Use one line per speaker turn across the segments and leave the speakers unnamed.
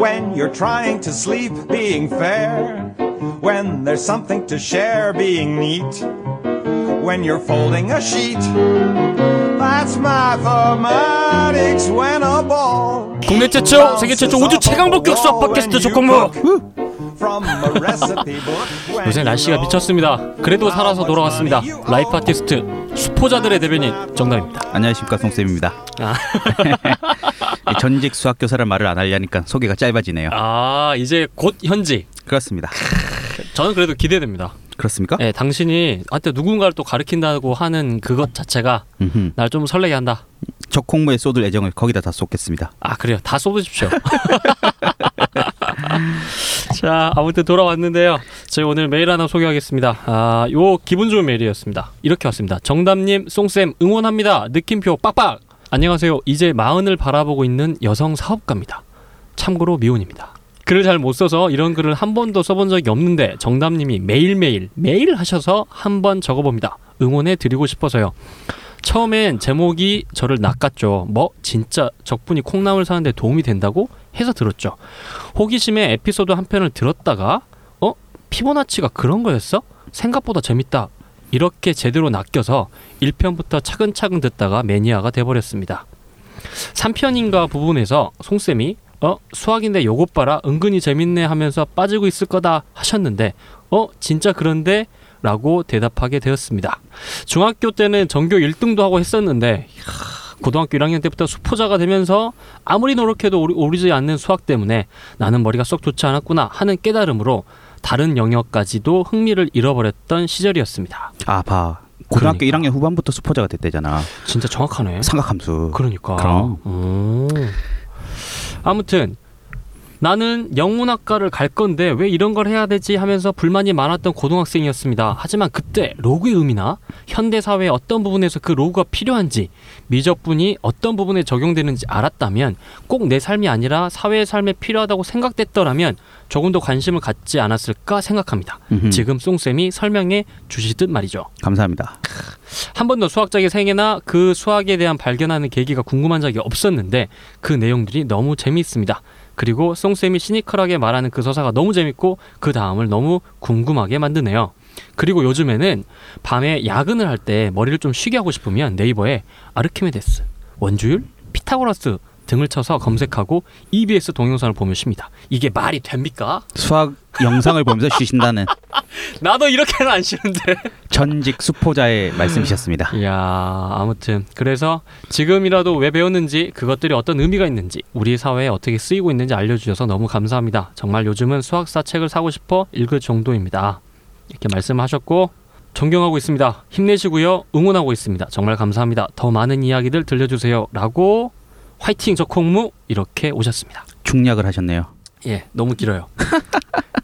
when you're trying to sleep, being fair. When there's something to share, being neat. When you're folding a sheet. That's mathematics when a ball.
국내 최초, 세계 최초 우주 최강 복격 수학 팟캐스트 조건부.
From a recipe book. when
요새 날씨가
you know
미쳤습니다. 그래도 살아서 돌아왔습니다. 라이프 아티스트 수포자들의 대변인 정답입니다.
안녕하십니까 송쌤입니다.
아.
이 전직 수학교사란 말을 안 하려니까 소개가 짧아지네요.
아 이제 곧 현지.
그렇습니다.
저는 그래도 기대됩니다.
그렇습니까?
예, 당신이 한테 누군가를 또 가르친다고 하는 그것 자체가
음흠.
날 좀 설레게 한다.
적콩무에 쏟을 애정을 거기다 다 쏟겠습니다.
아 그래요. 다 쏟으십시오. 자 아무튼 돌아왔는데요. 저희 오늘 메일 하나 소개하겠습니다. 아요 기분 좋은 메일이었습니다. 이렇게 왔습니다. 정담님 송쌤 응원합니다. 느낌표 빡빡. 안녕하세요. 이제 마흔을 바라보고 있는 여성 사업가입니다. 참고로 미혼입니다. 글을 잘 못 써서 이런 글을 한 번도 써본 적이 없는데 정담님이 매일매일 매일 하셔서 한 번 적어봅니다. 응원해 드리고 싶어서요. 처음엔 제목이 저를 낚았죠. 뭐 진짜 적분이 콩나물 사는데 도움이 된다고 해서 들었죠. 호기심에 에피소드 한 편을 들었다가 어 피보나치가 그런 거였어? 생각보다 재밌다. 이렇게 제대로 낚여서 1편부터 차근차근 듣다가 매니아가 돼버렸습니다. 3편인가 부분에서 송쌤이 어 수학인데 요것 봐라 은근히 재밌네 하면서 빠지고 있을 거다 하셨는데 어 진짜 그런데 라고 대답하게 되었습니다. 중학교 때는 전교 1등도 하고 했었는데 이야, 고등학교 1학년 때부터 수포자가 되면서 아무리 노력해도 오리- 오르지 않는 수학 때문에 나는 머리가 썩 좋지 않았구나 하는 깨달음으로 다른 영역까지도 흥미를 잃어버렸던 시절이었습니다.
아 봐. 고등학교
그러니까.
1학년 후반부터 수포자가 됐대잖아.
진짜 정확하네.
삼각함수.
그러니까.
그럼.
음. 아무튼 나는 영문학과를 갈 건데 왜 이런 걸 해야 되지 하면서 불만이 많았던 고등학생이었습니다. 하지만 그때 로그의 의미나 현대 사회의 어떤 부분에서 그 로그가 필요한지 미적분이 어떤 부분에 적용되는지 알았다면 꼭 내 삶이 아니라 사회의 삶에 필요하다고 생각됐더라면 조금 더 관심을 갖지 않았을까 생각합니다.
음흠.
지금 송쌤이 설명해 주시듯 말이죠.
감사합니다.
한 번도 수학자의 생애나 그 수학에 대한 발견하는 계기가 궁금한 적이 없었는데 그 내용들이 너무 재미있습니다. 그리고 송쌤이 시니컬하게 말하는 그 서사가 너무 재밌고 그 다음을 너무 궁금하게 만드네요. 그리고 요즘에는 밤에 야근을 할 때 머리를 좀 쉬게 하고 싶으면 네이버에 아르키메데스, 원주율, 피타고라스 등을 쳐서 검색하고 EBS 동영상을 보면 쉽니다. 이게 말이 됩니까?
수학 영상을 보면서 쉬신다는
나도 이렇게는 안 쉬는데.
전직 수포자의 말씀이셨습니다.
이야 아무튼 그래서 지금이라도 왜 배웠는지 그것들이 어떤 의미가 있는지 우리 사회에 어떻게 쓰이고 있는지 알려주셔서 너무 감사합니다 정말 요즘은 수학사 책을 사고 싶어 읽을 정도입니다 이렇게 말씀하셨고 존경하고 있습니다 힘내시고요 응원하고 있습니다 정말 감사합니다 더 많은 이야기들 들려주세요 라고 화이팅 적콩무 이렇게 오셨습니다
중략을 하셨네요.
예 너무 길어요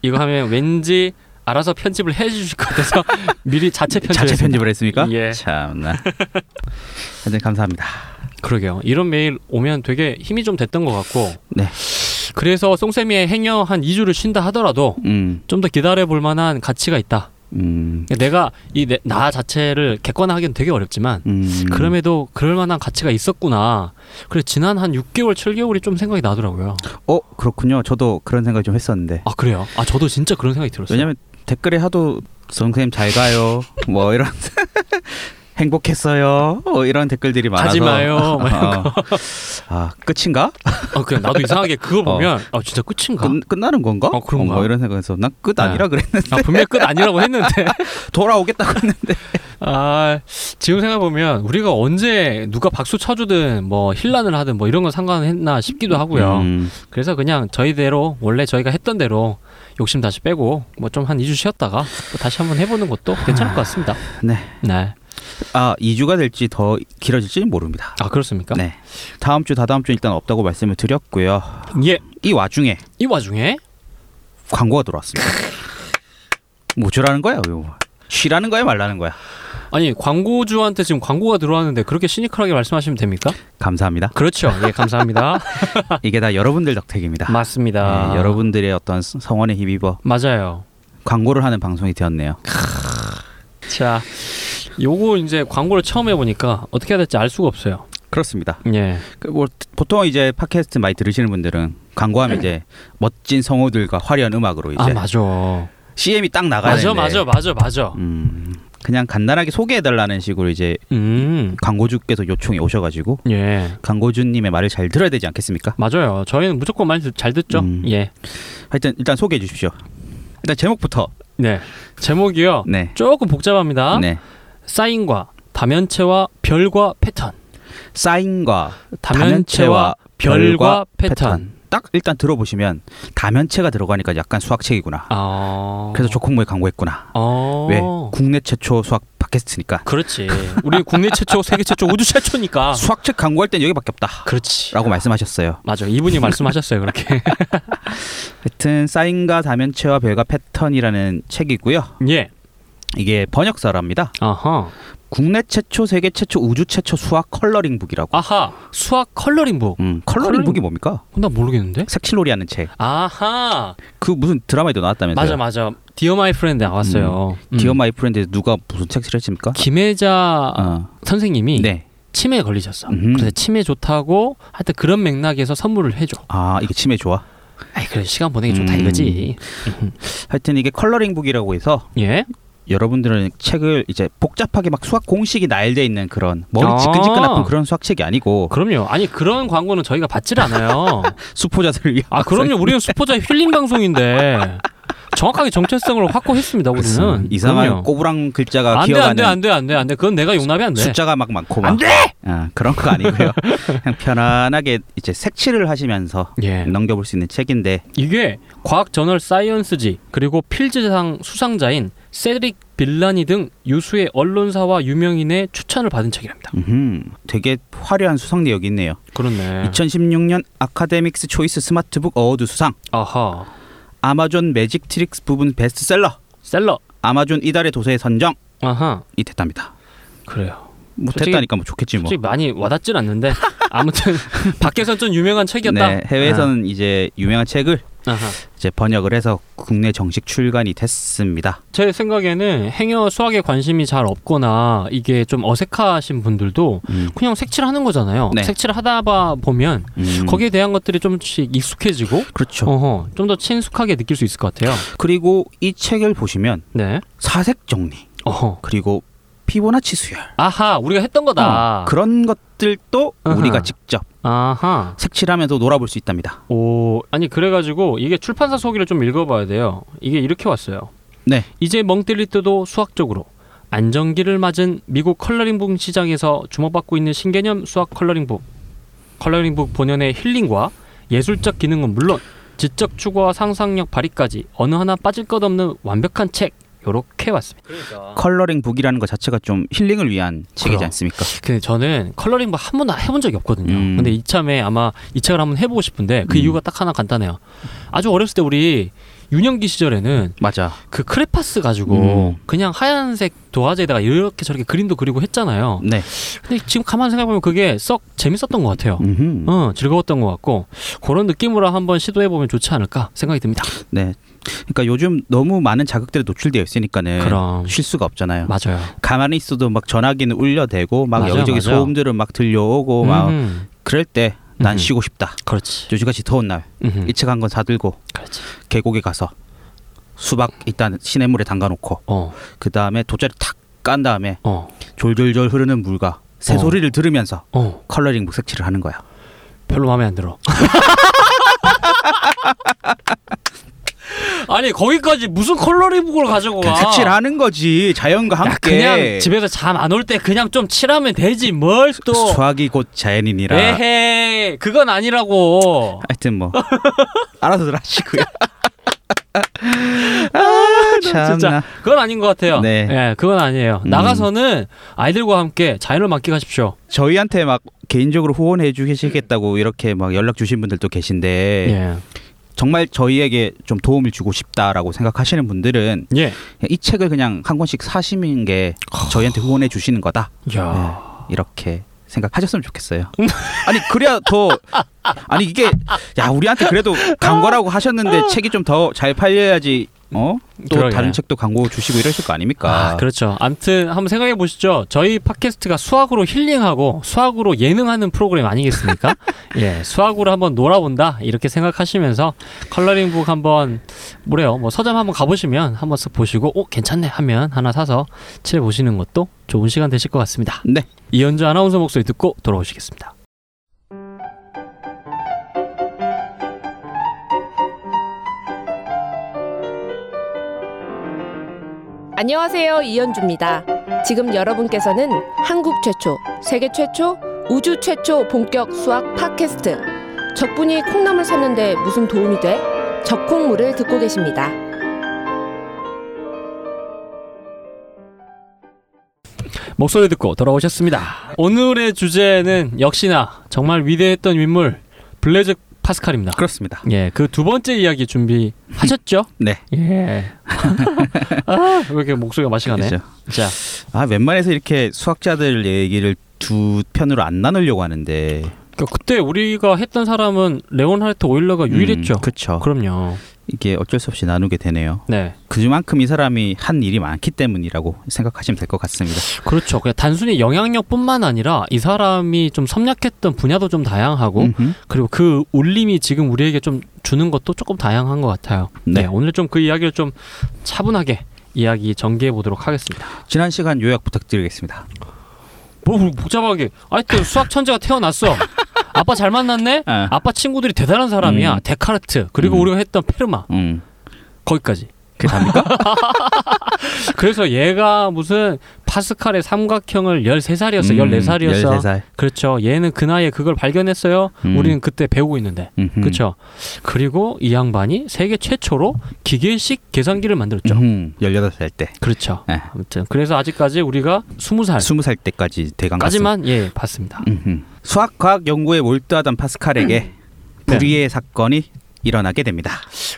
이거 하면 왠지 알아서 편집을 해주실 것 같아서 미리 자체 편집을
자체
했습니다.
편집을 했습니까?
예.
참나. 하여튼 감사합니다.
그러게요. 이런 메일 오면 되게 힘이 좀 됐던 것 같고.
네.
그래서 송쌤이의 행여 한 2주를 쉰다 하더라도
음,
좀 더 기다려 볼 만한 가치가 있다.
음,
내가 이 나 자체를 객관화하기는 되게 어렵지만
음.
그럼에도 그럴 만한 가치가 있었구나. 그래 지난 한 6개월, 7개월이 좀 생각이 나더라고요.
어 그렇군요. 저도 그런 생각 좀 했었는데.
아 그래요? 아 저도 진짜 그런 생각이 들었어요.
왜냐면 댓글에 하도 선생님 잘 가요 뭐 이런 행복했어요 뭐 이런 댓글들이 많아서
가지 마요. 막 이런
어. 아 끝인가
아 그냥 나도 이상하게 그거 보면 아 진짜 끝인가?
어. 끝, 끝나는 건가
어, 그런가?
뭐 이런 생각에서 난 끝
네.
아니라 그랬는데
아 분명 히끝 아니라고 했는데
돌아오겠다고 했는데
아 지금 생각 보면 우리가 언제 누가 박수 쳐주든 뭐 힐난을 하든 뭐 이런 건 상관했나 싶기도 하고요.
음,
그래서 그냥 저희대로 원래 저희가 했던 대로 욕심 다시 빼고 뭐 좀 한 2주 쉬었다가 또 다시 한번 해보는 것도 괜찮을 것 같습니다.
네.
아, 네.
아 2주가 될지 더 길어질지 모릅니다
아 그렇습니까?
네 다음 주 다다음 주 일단 없다고 말씀을 드렸고요
예.
이 와중에
이 와중에
광고가 들어왔습니다 뭐 주라는 거야 이거. 쉬라는 거야 말라는 거야
아니 광고주한테 지금 광고가 들어왔는데 그렇게 시니컬하게 말씀하시면 됩니까?
감사합니다
그렇죠. 예 감사합니다. 아.
이게 다 여러분들 덕택입니다
맞습니다.
예, 여러분들의 어떤 성원에 힘입어
네, 맞아요.
광고를 하는 방송이 되었네요.
자 요거 이제 광고를 처음 해보니까 어떻게 해야 될지 알 수가 없어요.
그렇습니다. 뭐,
예.
그뭐 보통 이제 팟캐스트 많이 들으시는 분들은 광고하면 이제 멋진 성우들과 화려한 음악으로 이제
아 맞아.
CM이 딱 나가야
맞아
되는데
맞아 맞아 맞아.
음, 그냥 간단하게 소개해달라는 식으로 이제
음.
광고주께서 요청이 오셔가지고
예.
광고주님의 말을 잘 들어야 되지 않겠습니까?
맞아요. 저희는 무조건 많이 듣- 잘 듣죠.
음.
예.
하여튼 일단 소개해 주십시오. 일단 제목부터
네. 제목이요.
네.
조금 복잡합니다.
네.
사인과 다면체와 별과 패턴.
사인과
다면체와
다면체와
별과
별과
패턴.
딱 일단 들어보시면 다면체가 들어가니까 약간 수학책이구나.
아.
그래서 조콩모에 광고했구나.
어.
왜? 국내 최초 수학 팟캐스트니까.
그렇지. 우리 국내 최초, 세계 최초, 우주 최초니까.
수학책 광고할 땐 여기밖에 없다.
그렇지.
라고 말씀하셨어요.
맞아. 이분이 말씀하셨어요. 그렇게.
하여튼 사인과 다면체와 별과 패턴이라는 책이고요.
예.
이게 번역서랍니다.
아하.
국내 최초, 세계 최초, 우주 최초 수학 컬러링북이라고.
아하. 수학 컬러링북.
음, 컬러링북이 뭡니까?
나 모르겠는데.
색칠놀이하는 책.
아하.
그 무슨 드라마에도
맞아
나왔다면서요?
맞아. 디어 마이 프렌드 나왔어요. 음.
디어 마이 프렌드 누가 무슨 책을 했습니까?
김혜자
어.
선생님이
네.
치매에 걸리셨어.
음흠.
그래서 치매 좋다고 하여튼 그런 맥락에서 선물을 해줘.
아 이게 치매 좋아.
아이 그래 시간 보내기 좋다
음.
이거지.
하여튼 이게 컬러링북이라고 해서
예.
여러분들은 책을 이제 복잡하게 막 수학 공식이 나열돼 있는 그런 머리
아.
지끈지끈 아픈 그런 수학 책이 아니고
그럼요. 아니 그런 광고는 저희가 받질 않아요.
수포자들을 위한
아 그럼요. 우리는 수포자 힐링 방송인데 정확하게 정체성을 확고했습니다. 우리는
이상한
그럼요.
꼬부랑 글자가
안돼
기어가는
안돼 안돼 안돼 안돼. 그건 내가 용납이 안 돼.
숫자가 막 많고 막
안 돼.
아, 그런 거 아니고요. 그냥 편안하게 이제 색칠을 하시면서
예.
넘겨볼 수 있는 책인데
이게 과학 저널 사이언스지 그리고 필즈상 수상자인 세드릭 빌라니 등 유수의 언론사와 유명인의 추천을 받은 책이랍니다.
음흠, 되게 화려한 수상 내역이 있네요.
그렇네.
2016년 아카데믹스 초이스 스마트북 어워드 수상,
아하.
아마존 매직 트릭스 부분 베스트셀러,
셀러.
아마존 이달의 도서에 선정이
아하.
됐답니다.
그래요.
뭐
솔직히-
됐다니까 뭐 좋겠지 뭐.
솔직히 많이 와닿진 않는데 아무튼 밖에선 좀 유명한 책이었다.
네, 해외에서는 이제 유명한 책을
아, 아하.
이제 번역을 해서 국내 정식 출간이 됐습니다.
제 생각에는 행여 수학에 관심이 잘 없거나 이게 좀 어색하신 분들도
음,
그냥 색칠하는 거잖아요.
네.
색칠하다 봐 보면
음,
거기에 대한 것들이 좀씩 익숙해지고
그렇죠.
어허, 좀 더 친숙하게 느낄 수 있을 것 같아요.
그리고 이 책을 보시면
네.
사색 정리
어허.
그리고 피보나치 수열
아하, 우리가 했던 거다.
어, 그런 것들도
아하.
우리가 직접
아하.
색칠하면서 놀아볼 수 있답니다.
오, 아니 그래가지고 이게 출판사 소개를 좀 읽어봐야 돼요. 이게 이렇게 왔어요.
네.
이제 멍 때릴 때도 수학적으로 안정기를 맞은 미국 컬러링북 시장에서 주목받고 있는 신개념 수학 컬러링북. 컬러링북 본연의 힐링과 예술적 기능은 물론 지적 추구와 상상력 발휘까지 어느 하나 빠질 것 없는 완벽한 책. 요렇게 왔습니다. 그러니까.
컬러링 북이라는 것 자체가 좀 힐링을 위한 책이지
그럼.
않습니까?
근데 저는 컬러링북 뭐 한 번도 해본 적이 없거든요.
음.
근데 이참에 아마 이 책을 한번 해보고 싶은데 그
음.
이유가 딱 하나 간단해요. 아주 어렸을 때 우리 유년기 시절에는
맞아.
그 크레파스 가지고
음.
그냥 하얀색 도화지에다가 이렇게 저렇게 그림도 그리고 했잖아요.
네.
근데 지금 가만 생각해보면 그게 썩 재밌었던 것 같아요.
음흠.
어, 즐거웠던 것 같고 그런 느낌으로 한번 시도해보면 좋지 않을까 생각이 듭니다.
네. 그러니까 요즘 너무 많은 자극들에 노출되어 있으니까는
그럼
쉴 수가 없잖아요.
맞아요.
가만히 있어도 막 전화기는 울려대고 막
맞아요,
여기저기
맞아요.
소음들은 막 들려오고 뭐 막
음,
그럴 때 난
음.
쉬고 싶다.
그렇지.
요즘같이 더운 날
음,
이 책 한 권 사들고
그렇지.
계곡에 가서 수박 일단 시냇물에 담가놓고
어,
그 다음에 돗자리 탁 깐 다음에
어,
졸졸졸 흐르는 물과 새
어.
소리를 들으면서
어.
컬러링 뭐 무색칠을 하는 거야.
별로 마음에 안 들어. 아니 거기까지 무슨 컬러리북을 가지고 와?
그냥 색칠하는 거지 자연과
야,
함께.
그냥 집에서 잠 안 올 때 그냥 좀 칠하면 되지 뭘 또?
수학이 곧 자연이니라.
에헤 그건 아니라고.
하여튼 뭐 알아서들 하시고요. 아, 참나.
진짜 그건 아닌 것 같아요.
네.
예, 그건 아니에요.
음.
나가서는 아이들과 함께 자연을 만끽하십시오.
저희한테 막 개인적으로 후원해 주시겠다고 이렇게 막 연락 주신 분들도 계신데
예,
정말 저희에게 좀 도움을 주고 싶다라고 생각하시는 분들은
예.
이 책을 그냥 한 권씩 사시는 게 저희한테 후원해 주시는 거다.
야,
네, 이렇게 생각하셨으면 좋겠어요. 아니 그래야 더 아니 이게 야 우리한테 그래도 광고라고 하셨는데 책이 좀 더 잘 팔려야지 어? 또
예. 그러게요.
다른 책도 광고 주시고 이러실 거 아닙니까?
아, 그렇죠. 암튼 한번 생각해 보시죠. 저희 팟캐스트가 수학으로 힐링하고 수학으로 예능하는 프로그램 아니겠습니까? 예, 수학으로 한번 놀아본다 이렇게 생각하시면서 컬러링북 한번 뭐래요? 뭐 서점 한번 가보시면 한번 쓱 보시고, 오 괜찮네 하면 하나 사서 칠해 보시는 것도 좋은 시간 되실 것 같습니다.
네.
이현주 아나운서 목소리 듣고 돌아오시겠습니다.
안녕하세요. 이현주입니다. 지금 여러분께서는 한국 최초, 세계 최초, 우주 최초 본격 수학 팟캐스트. 적분이 콩나물 샀는데 무슨 도움이 돼? 적콩물을 듣고 계십니다.
목소리 듣고 돌아오셨습니다. 오늘의 주제는 역시나 정말 위대했던 인물 블레즈 파스칼입니다.
그렇습니다.
예, 그 두 번째 이야기 준비하셨죠?
네.
예. 아, 왜 이렇게 목소리가 맛이 가네.
그죠.
자,
아 웬만해서 이렇게 수학자들 얘기를 두 편으로 안 나누려고 하는데
그- 그때 우리가 했던 사람은 레온하르트 오일러가 아, 유일했죠.
음, 그렇죠.
그, 럼요
이게 어쩔 수 없이 나누게 되네요.
네,
그만큼 이 사람이 한 일이 많기 때문이라고 생각하시면 될 것 같습니다.
그렇죠. 그냥 단순히 영향력뿐만 아니라 이 사람이 좀 섭렵했던 분야도 좀 다양하고
음흠.
그리고 그 울림이 지금 우리에게 좀 주는 것도 조금 다양한 것 같아요.
네.
오늘 좀 그 이야기를 좀 차분하게 이야기 전개해 보도록 하겠습니다.
지난 시간 요약 부탁드리겠습니다.
뭐 복잡하게 하여튼 수학 천재가 태어났어. 아빠 잘 만났네.
아,
아빠 친구들이 대단한 사람이야.
음.
데카르트 그리고
음.
우리가 했던 페르마
음,
거기까지.
그게 답니까?
그래서 얘가 무슨 파스칼의 삼각형을 13살이었어.
음,
14살이었어.
13살.
그렇죠. 얘는 그 나이에 그걸 발견했어요.
음.
우리는 그때 배우고 있는데.
음흠.
그렇죠. 그리고 이 양반이 세계 최초로 기계식 계산기를 만들었죠.
음흠. 18살 때.
그렇죠.
네.
아무튼 그래서 아직까지 우리가 20살까지만
20살 때까지 대강 갔습니다.
예, 봤습니다.
음흠. 수학 과학 연구에 몰두하던 파스칼에게
음.
불의의 사건이 일어나게 됩니다.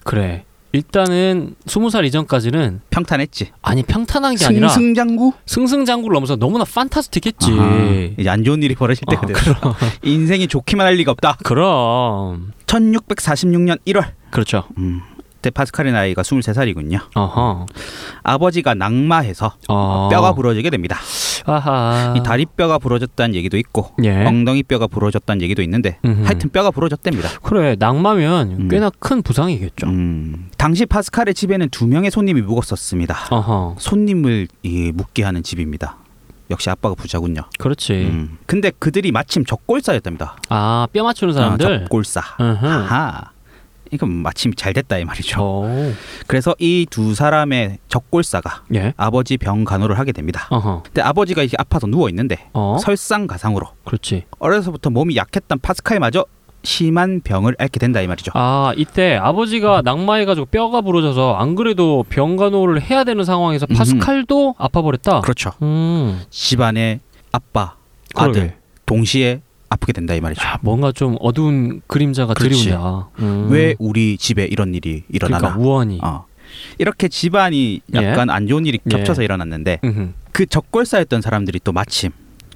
그래. 일단은 20살 이전까지는
평탄했지.
아니 평탄한 게 아니라
승승장구?
승승장구를 넘어서 너무나 판타스틱했지.
아하, 이제 안 좋은 일이 벌어질
아,
때가 됐어.
그럼.
인생이 좋기만 할 리가 없다.
그럼.
1646년 1월.
그렇죠.
음. 그때 파스칼의 나이가 23살이군요.
어허.
아버지가 낙마해서
어.
뼈가 부러지게 됩니다.
아하.
이 다리뼈가 부러졌다는 얘기도 있고
예.
엉덩이 뼈가 부러졌다는 얘기도 있는데
음흠.
하여튼 뼈가 부러졌답니다.
그래 낙마면
음.
꽤나 큰 부상이겠죠.
음, 당시 파스칼의 집에는 두 명의 손님이 묵었었습니다.
어허.
손님을 이, 묵게 하는 집입니다. 역시 아빠가 부자군요.
그렇지.
음. 근데 그들이 마침 적골사였답니다.
아뼈 맞추는
아,
사람들.
적골사.
음흠.
아하. 이건 마침 잘 됐다 이 말이죠.
오.
그래서 이 두 사람의 적골사가
예.
아버지 병 간호를 하게 됩니다.
어허.
근데 아버지가 이렇게 아파서 누워 있는데
어.
설상가상으로
그렇지.
어려서부터 몸이 약했던 파스칼마저 심한 병을 앓게 된다 이 말이죠.
아 이때 아버지가 낙마해가지고 뼈가 부러져서 안 그래도 병간호를 해야 되는 상황에서
음흠.
파스칼도 아파버렸다.
그렇죠.
음.
집안의 아빠, 네.
그러게.
아들 동시에 아프게 된다 이 말이죠.
뭔가 좀 어두운 그림자가
그렇지.
드리운다. 음.
왜 우리 집에 이런 일이 일어나나?
그러니까 우연히.
어. 이렇게 집안이 약간 안 좋은 일이
예.
겹쳐서 일어났는데
음흠.
그 적골사였던 사람들이 또 마침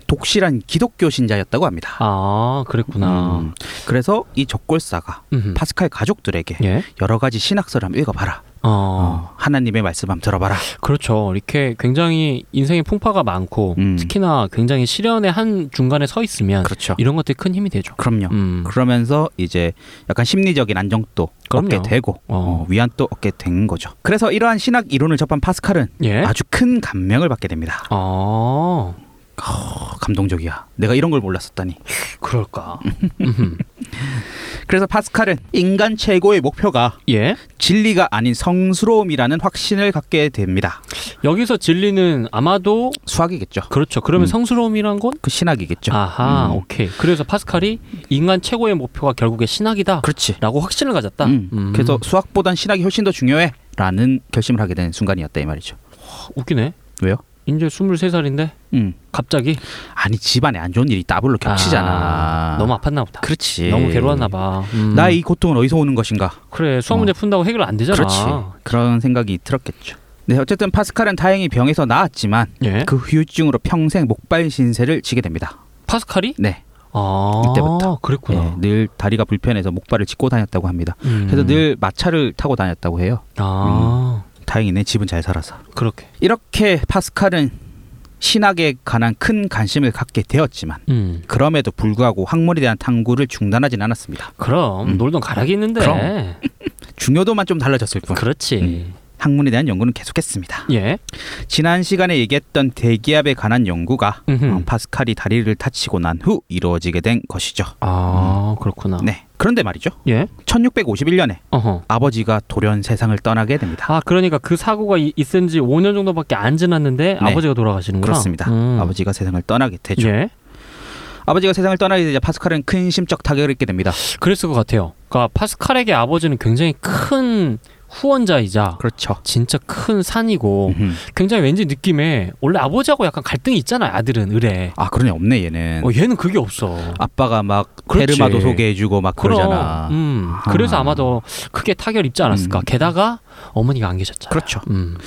독실한 기독교 신자였다고 합니다.
아 그랬구나.
음. 그래서 이 적골사가
음흠.
파스칼 가족들에게
예.
여러 가지 신학서를 한번 읽어봐라.
어.
어, 하나님의 말씀 한번 들어봐라.
그렇죠. 이렇게 굉장히 인생의 풍파가 많고
음.
특히나 굉장히 시련의 한 중간에 서 있으면
그렇죠.
이런 것들이 큰 힘이 되죠.
그럼요.
아, 음.
그러면서 이제 약간 심리적인 안정도
그럼요.
얻게 되고
어.
어, 위안도 얻게 된 거죠. 그래서 이러한 신학 이론을 접한 파스칼은
예.
아주 큰 감명을 받게 됩니다.
아,
어, 감동적이야. 내가 이런 걸 몰랐었다니.
그럴까. 음흠.
그래서 파스칼은 인간 최고의 목표가
예.
진리가 아닌 성스러움이라는 확신을 갖게 됩니다.
여기서 진리는 아마도
수학이겠죠.
그렇죠. 그러면
음.
성스러움이란 건
그 신학이겠죠.
아하,
음.
오케이. 그래서 파스칼이 인간 최고의 목표가 결국에 신학이다.
그렇지.
라고 확신을 가졌다.
음.
음.
그래서 수학보단 신학이 훨씬 더 중요해라는 결심을 하게 된 순간이었다 이 말이죠.
웃기네.
왜요?
이제 23살인데
음.
갑자기
아니 집안에 안 좋은 일이 따블로 겹치잖아.
아, 너무 아팠나 보다.
그렇지.
너무 괴로웠나 봐. 음.
나의 이 고통은 어디서 오는 것인가?
그래 수학 문제 푼다고 해결 안 되잖아.
뭐. 그렇지. 그런 생각이 들었겠죠. 네, 어쨌든 파스칼은 다행히 병에서 나았지만
예.
그 후유증으로 평생 목발 신세를 지게 됩니다.
파스칼이
네.
아,
이때부터.
그랬구나.
예, 늘 다리가 불편해서 목발을 짚고 다녔다고 합니다.
음.
그래서 늘 음. 마차를 타고 다녔다고 해요.
아,
다행이네 집은 잘 살아서.
그렇게.
이렇게 파스칼은 신학에 관한 큰 관심을 갖게 되었지만
음.
그럼에도 불구하고 학문에 대한 탐구를 중단하진 않았습니다.
그럼
음.
놀던 가락이 있는데.
그럼. 중요도만 좀 달라졌을 뿐
그렇지.
음. 학문에 대한 연구는 계속했습니다.
예.
지난 시간에 얘기했던 대기압에 관한 연구가
음흠.
어, 파스칼이 다리를 다치고 난 후 이루어지게 된 것이죠.
아, 그렇구나.
네. 그런데 말이죠.
예.
1651년에
어허.
아버지가 돌연 세상을 떠나게 됩니다.
아, 그러니까 그 사고가 이- 있은 지 5년 정도밖에 안 지났는데
네.
아버지가 돌아가시는구나.
그렇습니다.
음.
아버지가 세상을 떠나게 되죠.
예.
아버지가 세상을 떠나게 되자 파스칼은 큰 심적 타격을 입게 됩니다.
그랬을 것 같아요. 그러니까 파스칼에게 아버지는 굉장히 큰 후원자이자
그렇죠.
진짜 큰 산이고
음흠.
굉장히 왠지 느낌에 원래 아버지하고 약간 갈등이 있잖아요. 아들은 의뢰.
아 그러네 없네 얘는.
어, 얘는 그게 없어.
아빠가 막
그렇지.
페르마도 소개해주고 막 그러잖아.
그럼, 음,
아.
그래서 아마도 크게 타결 입지 않았을까.
음.
게다가 어머니가 안 계셨잖아.
그렇죠.
음.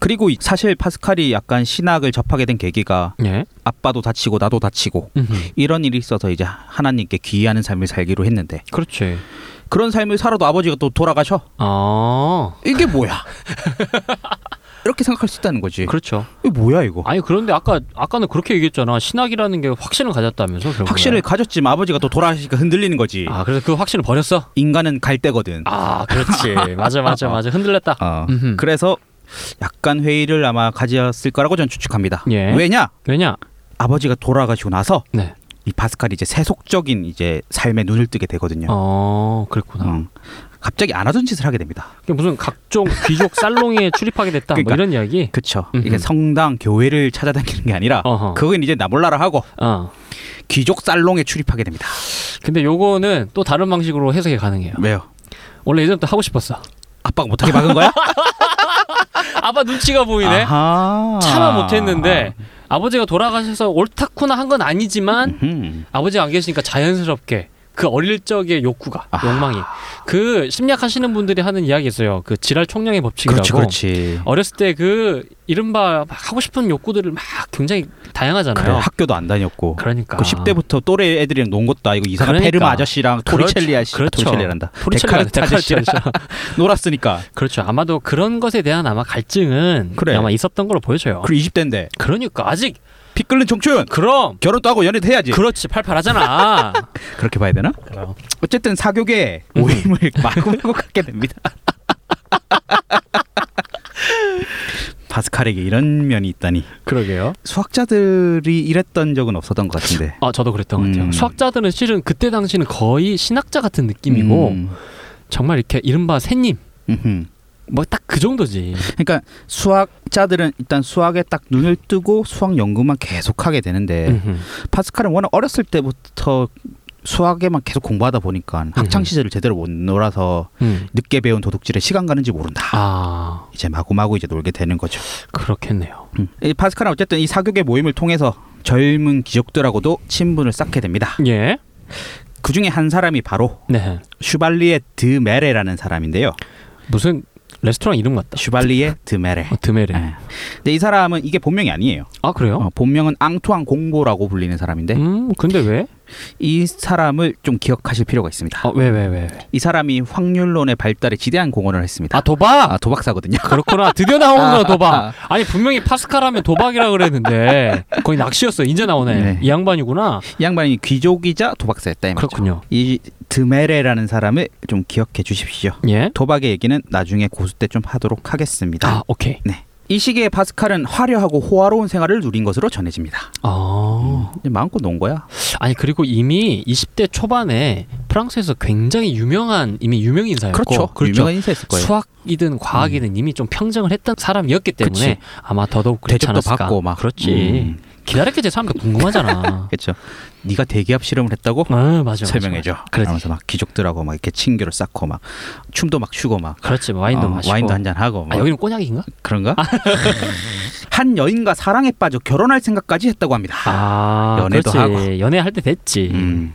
그리고 이- 사실 파스칼이 약간 신학을 접하게 된 계기가
예.
아빠도 다치고 나도 다치고
음흠.
이런 일이 있어서 이제 하나님께 귀의하는 삶을 살기로 했는데
그렇지.
그런 삶을 살아도 아버지가 또 돌아가셔.
아.
이게 뭐야? 이렇게 생각할 수 있다는 거지.
그렇죠.
이게 뭐야 이거?
아니 그런데 아까 아까는 그렇게 얘기했잖아. 신학이라는 게 확신을 가졌다면서 결국에.
확신을 가졌지만 아버지가 또 돌아가시니까 흔들리는 거지.
아 그래서 그 확신을 버렸어.
인간은 갈 때거든.
아 그렇지. 맞아 맞아 맞아. 흔들렸다.
어.
음흠.
그래서 약간 회의를 아마 가졌을 거라고 전 추측합니다.
예.
왜냐?
왜냐?
아버지가 돌아가시고 나서
네.
이 파스칼이 이제 세속적인 이제 삶에 눈을 뜨게 되거든요.
어 그랬구나.
어. 갑자기 안 하던 짓을 하게 됩니다.
그게 그러니까 무슨 각종 귀족 살롱에 출입하게 됐다.
그러니까.
뭐 이런 이야기.
그쵸?
음흠.
이게 성당, 교회를 찾아다니는 게 아니라
어허.
그건 이제 나몰라라 하고
어.
귀족 살롱에 출입하게 됩니다.
근데 요거는 또 다른 방식으로 해석이 가능해요.
왜요?
원래 예전부터 하고 싶었어.
아빠가 못하게 막은 거야?
아빠 눈치가 보이네.
아하.
참아 못했는데 아버지가 돌아가셔서 옳다쿠나 한 건 아니지만
음.
아버지가 안 계시니까 자연스럽게 그 어릴 적의 욕구가
아.
욕망이 그 심리학하시는 분들이 하는 이야기 있어요. 그 지랄 총량의 법칙이라고.
그렇지, 그렇지.
어렸을 때 그 이른바 막 하고 싶은 욕구들을 막 굉장히 다양하잖아요.
그래, 학교도 안 다녔고.
그러니까.
그 10대부터 또래 애들이랑 논 것도 아니고 이상한
그러니까.
페르마 아저씨랑 토리첼리 아저씨
그렇죠.
토리첼리란다
토리첼리가
데카르트 아저씨랑
데카르트
놀았으니까
그렇죠. 아마도 그런 것에 대한 아마 갈증은
그래.
아마 있었던 걸로 보여져요.
그리고 20대인데
그, 러니까 아직
피 끓는 청춘
그럼
결혼도 하고 연애도 해야지 그,
그렇지 팔팔하잖아.
렇게 봐야 되나?
그럼.
어쨌든 사교계 모임을 마구마구 갖게 됩니다 파스칼에게 이런 면이 있다니
그러게요.
수학자들이 이랬던 적은 없었던 것 같은데
아 저도 그랬던 것 같아요.
음.
수학자들은 실은 그때 당시는 거의 신학자 같은 느낌이고
음.
정말 이렇게 이른바 새님
음흠.
뭐 딱 그 정도지.
그러니까 수학자들은 일단 수학에 딱 눈을 뜨고 수학 연구만 계속하게 되는데
음흠.
파스칼은 워낙 어렸을 때부터 수학에만 계속 공부하다 보니까 학창 시절을 제대로 못 놀아서
음.
늦게 배운 도둑질에 시간 가는지 모른다.
아
이제 마구마구 이제 놀게 되는 거죠.
그렇겠네요.
음. 이 파스칼은 어쨌든 이 사교계 모임을 통해서 젊은 귀족들하고도 친분을 쌓게 됩니다.
예.
그 중에 한 사람이 바로
네.
슈발리에 드 메레라는 사람인데요.
무슨 레스토랑 이름 같다.
슈발리에 드 메레.
어, 드메레.
예. 근데 이 사람은 이게 본명이 아니에요.
아 그래요?
어, 네. 본명은 앙투안 공보라고 불리는 사람인데
음 근데 왜?
이 사람을 좀 기억하실 필요가 있습니다.
아 왜 왜 왜? 왜?
이 사람이 확률론의 발달에 지대한 공헌을 했습니다.
아 도박.
아, 도박사거든요.
그렇구나. 드디어 나오는구나
아,
도박.
아.
아니 분명히 파스칼 하면 도박이라 그랬는데 거의 낚시였어. 이제 나오네.
네. 예,
이 양반이구나.
이 양반이 귀족이자 도박사였다 이 말이죠.
그렇군요.
이 드메레라는 사람을 좀 기억해 주십시오.
예.
도박의 얘기는 나중에 고수 때 좀 하도록 하겠습니다.
아 오케이.
이 시기에 파스칼은 화려하고 호화로운 생활을 누린 것으로 전해집니다.
아
이제 마음껏 논 거야.
아니 그리고 이미 20대 초반에 프랑스에서 굉장히 유명한 이미 유명 인사였고
네, 그렇죠.
그렇죠.
유명한 인사였을 거예요. 음.
수학이든 과학이든 이미 좀 평정을 했던 사람이었기 때문에
그치.
아마 더더욱 그렇지
대접도
않았을까.
받고 막 음,
그렇지. 기다렸겠지 사람들 궁금하잖아.
그렇죠. 네가 대기업 실험을 했다고
아 맞아, 맞아.
설명해줘.
그렇지.
어, 그러면서 막 귀족들하고 막 이렇게 친교를 쌓고 막 춤도 막 추고 막
그렇지 뭐 와인도
어,
마시고.
와인도 한잔 하고 아. 막
아, 여기는 꼬냑인가?
그런가? 한 여인과 사랑에 빠져 결혼할 생각까지 했다고 합니다.
아
연애도
그렇지.
하고.
연애할 때 됐지.
음.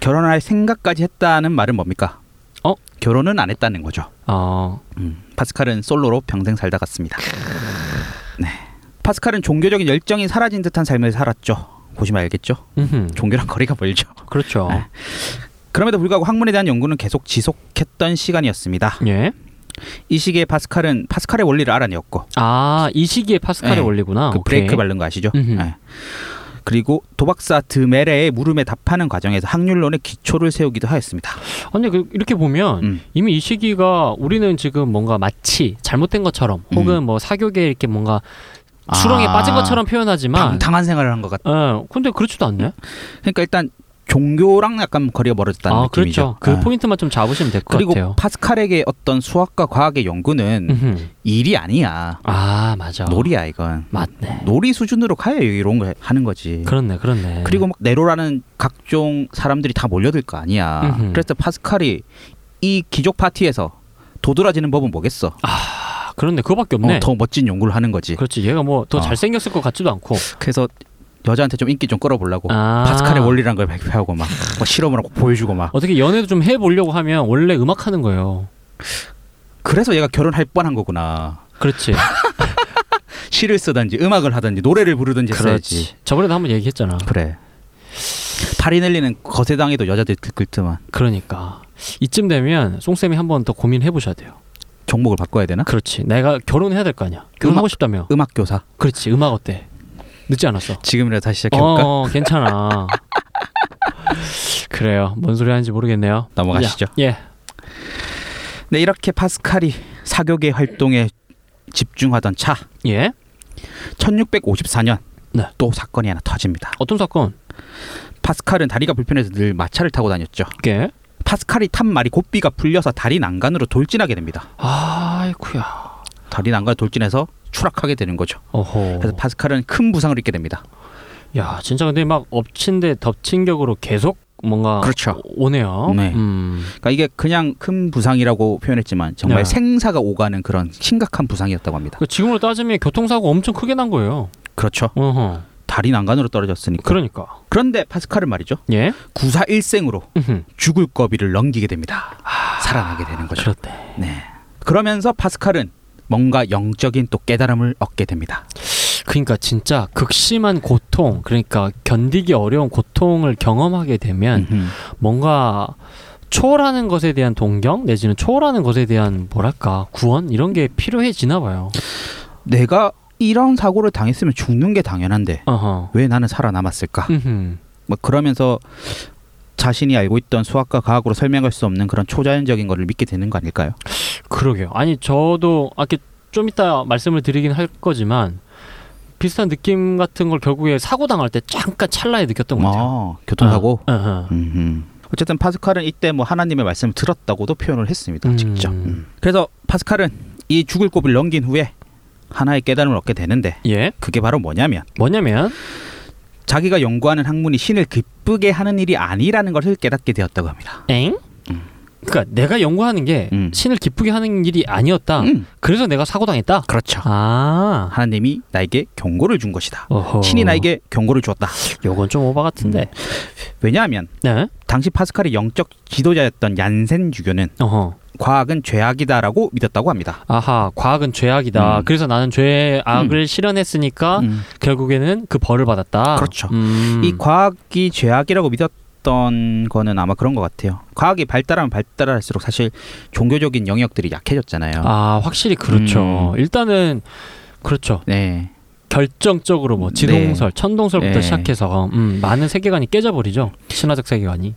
결혼할 생각까지 했다는 말은 뭡니까?
어?
결혼은 안 했다는 거죠.
어,
음. 파스칼은 솔로로 평생 살다 갔습니다. 네. 파스칼은 종교적인 열정이 사라진 듯한 삶을 살았죠. 보시면 알겠죠.
음흠.
종교랑 거리가 멀죠.
그렇죠.
네. 그럼에도 불구하고 학문에 대한 연구는 계속 지속했던 시간이었습니다.
예.
이 시기에 파스칼은 파스칼의 원리를 알아내었고
아, 이 시기에 파스칼의
네.
원리구나.
그
아, 오케이.
브레이크 바른 거 아시죠?
음흠.
예. 그리고 도박사 드메레의 물음에 답하는 과정에서 학률론의 기초를 세우기도 하였습니다.
아니 그 이렇게 보면
음.
이미 이 시기가 우리는 지금 뭔가 마치 잘못된 것처럼 혹은 뭐 사교계 이렇게 뭔가 수렁에
음. 아,
빠진 것처럼 표현하지만
방탕한 생활을 한 것 같.
예, 근데 그렇지도 않네.
그러니까 일단 종교랑 약간 거리가 멀어졌다는
아,
느낌이죠.
그렇죠. 그
예.
포인트만 좀 잡으시면 될 것
그리고
같아요.
파스칼에게 어떤 수학과 과학의 연구는
음흠.
일이 아니야.
아, 맞아.
놀이야 이건.
맞네.
놀이 수준으로 가야 이런 거 하는 거지.
그렇네, 그렇네.
그리고 막 네로라는 각종 사람들이 다 몰려들 거 아니야.
음흠.
그래서 파스칼이 이 기적 파티에서 도드라지는 법은 뭐겠어?
아, 그렇네. 그거밖에 없네.
어, 더 멋진 연구를 하는 거지.
그렇지. 얘가 뭐 더
어.
잘생겼을 것 같지도 않고.
그래서 여자한테 좀 인기 좀 끌어보려고
아.
파스칼의 원리란 걸 발표하고 막, 뭐 실험을 하고 보여주고 막.
어떻게 연애도 좀 해보려고 하면 원래 음악 하는 거예요.
그래서 얘가 결혼할 뻔한 거구나.
그렇지.
시를 쓰든지 음악을 하든지 노래를 부르든지 했어야지.
그렇지. 저번에도 한번 얘기했잖아.
그래. 파리넬리는 거세당해도 여자들 들끓 듯만
그러니까 이쯤 되면 송쌤이 한 번 더 고민해 보셔야 돼요.
종목을 바꿔야 되나?
그렇지. 내가 결혼해야 될 거 아니야. 결혼하고 싶다며.
음악 교사.
그렇지. 음악 어때? 늦지 않았어.
지금이라도 다시 시작해볼까?
어, 어, 괜찮아. 그래요. 뭔 소리 하는지 모르겠네요.
넘어가시죠.
야, 예.
네, 이렇게 파스칼이 사교계 활동에 집중하던 차
예.
1654년
네.
또 사건이 하나 터집니다.
어떤 사건?
파스칼은 다리가 불편해서 늘 마차를 타고 다녔죠.
예.
파스칼이 탄 말이 곱비가 풀려서 다리 난간으로 돌진하게 됩니다.
아이쿠야.
다리 난간 돌진해서 추락하게 되는 거죠.
어허.
그래서 파스칼은 큰 부상을 입게 됩니다.
야, 진짜 근데 막 엎친데 덮친 격으로 계속 뭔가
그렇죠.
오네요.
네.
음.
그러니까 이게 그냥 큰 부상이라고 표현했지만
네.
정말 생사가 오가는 그런 심각한 부상이었다고 합니다.
그 지금으로 따지면 교통사고 엄청 크게 난 거예요.
그렇죠.
어허.
다리 난간으로 떨어졌으니까.
그러니까.
그런데 파스칼은 말이죠.
예.
구사일생으로
음흠.
죽을 거비를 넘기게 됩니다. 살아나게 되는 거죠.
그렇대.
네. 그러면서 파스칼은 뭔가 영적인 또 깨달음을 얻게 됩니다.
그러니까 진짜 극심한 고통, 그러니까 견디기 어려운 고통을 경험하게 되면
음흠.
뭔가 초월하는 것에 대한 동경 내지는 초월하는 것에 대한 뭐랄까 구원 이런 게 필요해지나 봐요.
내가 이런 사고를 당했으면 죽는 게 당연한데
어허.
왜 나는 살아남았을까?
음흠.
뭐 그러면서 자신이 알고 있던 수학과 과학으로 설명할 수 없는 그런 초자연적인 거를 믿게 되는 거 아닐까요?
그러게요. 아니 저도 아까 좀 이따 말씀을 드리긴 할 거지만 비슷한 느낌 같은 걸 결국에 사고 당할 때 잠깐 찰나에 느꼈던 것 같아요.
아, 교통사고.
어, 어.
음흠. 어쨌든 파스칼은 이때 뭐 하나님의 말씀을 들었다고도 표현을 했습니다.
음.
직접. 음. 그래서 파스칼은 이 죽을 고비를 넘긴 후에 하나의 깨달음을 얻게 되는데
예.
그게 바로 뭐냐면
뭐냐면
자기가 연구하는 학문이 신을 기쁘게 하는 일이 아니라는 것을 깨닫게 되었다고 합니다.
엥? 그러니까 내가 연구하는 게
음.
신을 기쁘게 하는 일이 아니었다.
음.
그래서 내가 사고 당했다.
그렇죠.
아.
하나님이 나에게 경고를 준 것이다.
어허.
신이 나에게 경고를 주었다.
요건 좀 오바 같은데.
왜냐하면
네.
당시 파스칼이 영적 지도자였던 얀센 주교는
어허.
과학은 죄악이다라고 믿었다고 합니다.
아하. 과학은 죄악이다.
음.
그래서 나는 죄악을 실현했으니까
음.
결국에는 그 벌을 받았다.
그렇죠.
음.
이 과학이 죄악이라고 믿었던 거는 아마 그런 것 같아요. 과학이 발달하면 발달할수록 사실 종교적인 영역들이 약해졌잖아요.
아, 확실히 그렇죠.
음.
일단은 그렇죠.
네.
결정적으로 뭐 지동설, 천동설부터
네.
시작해서 음, 많은 세계관이 깨져버리죠. 신화적 세계관이.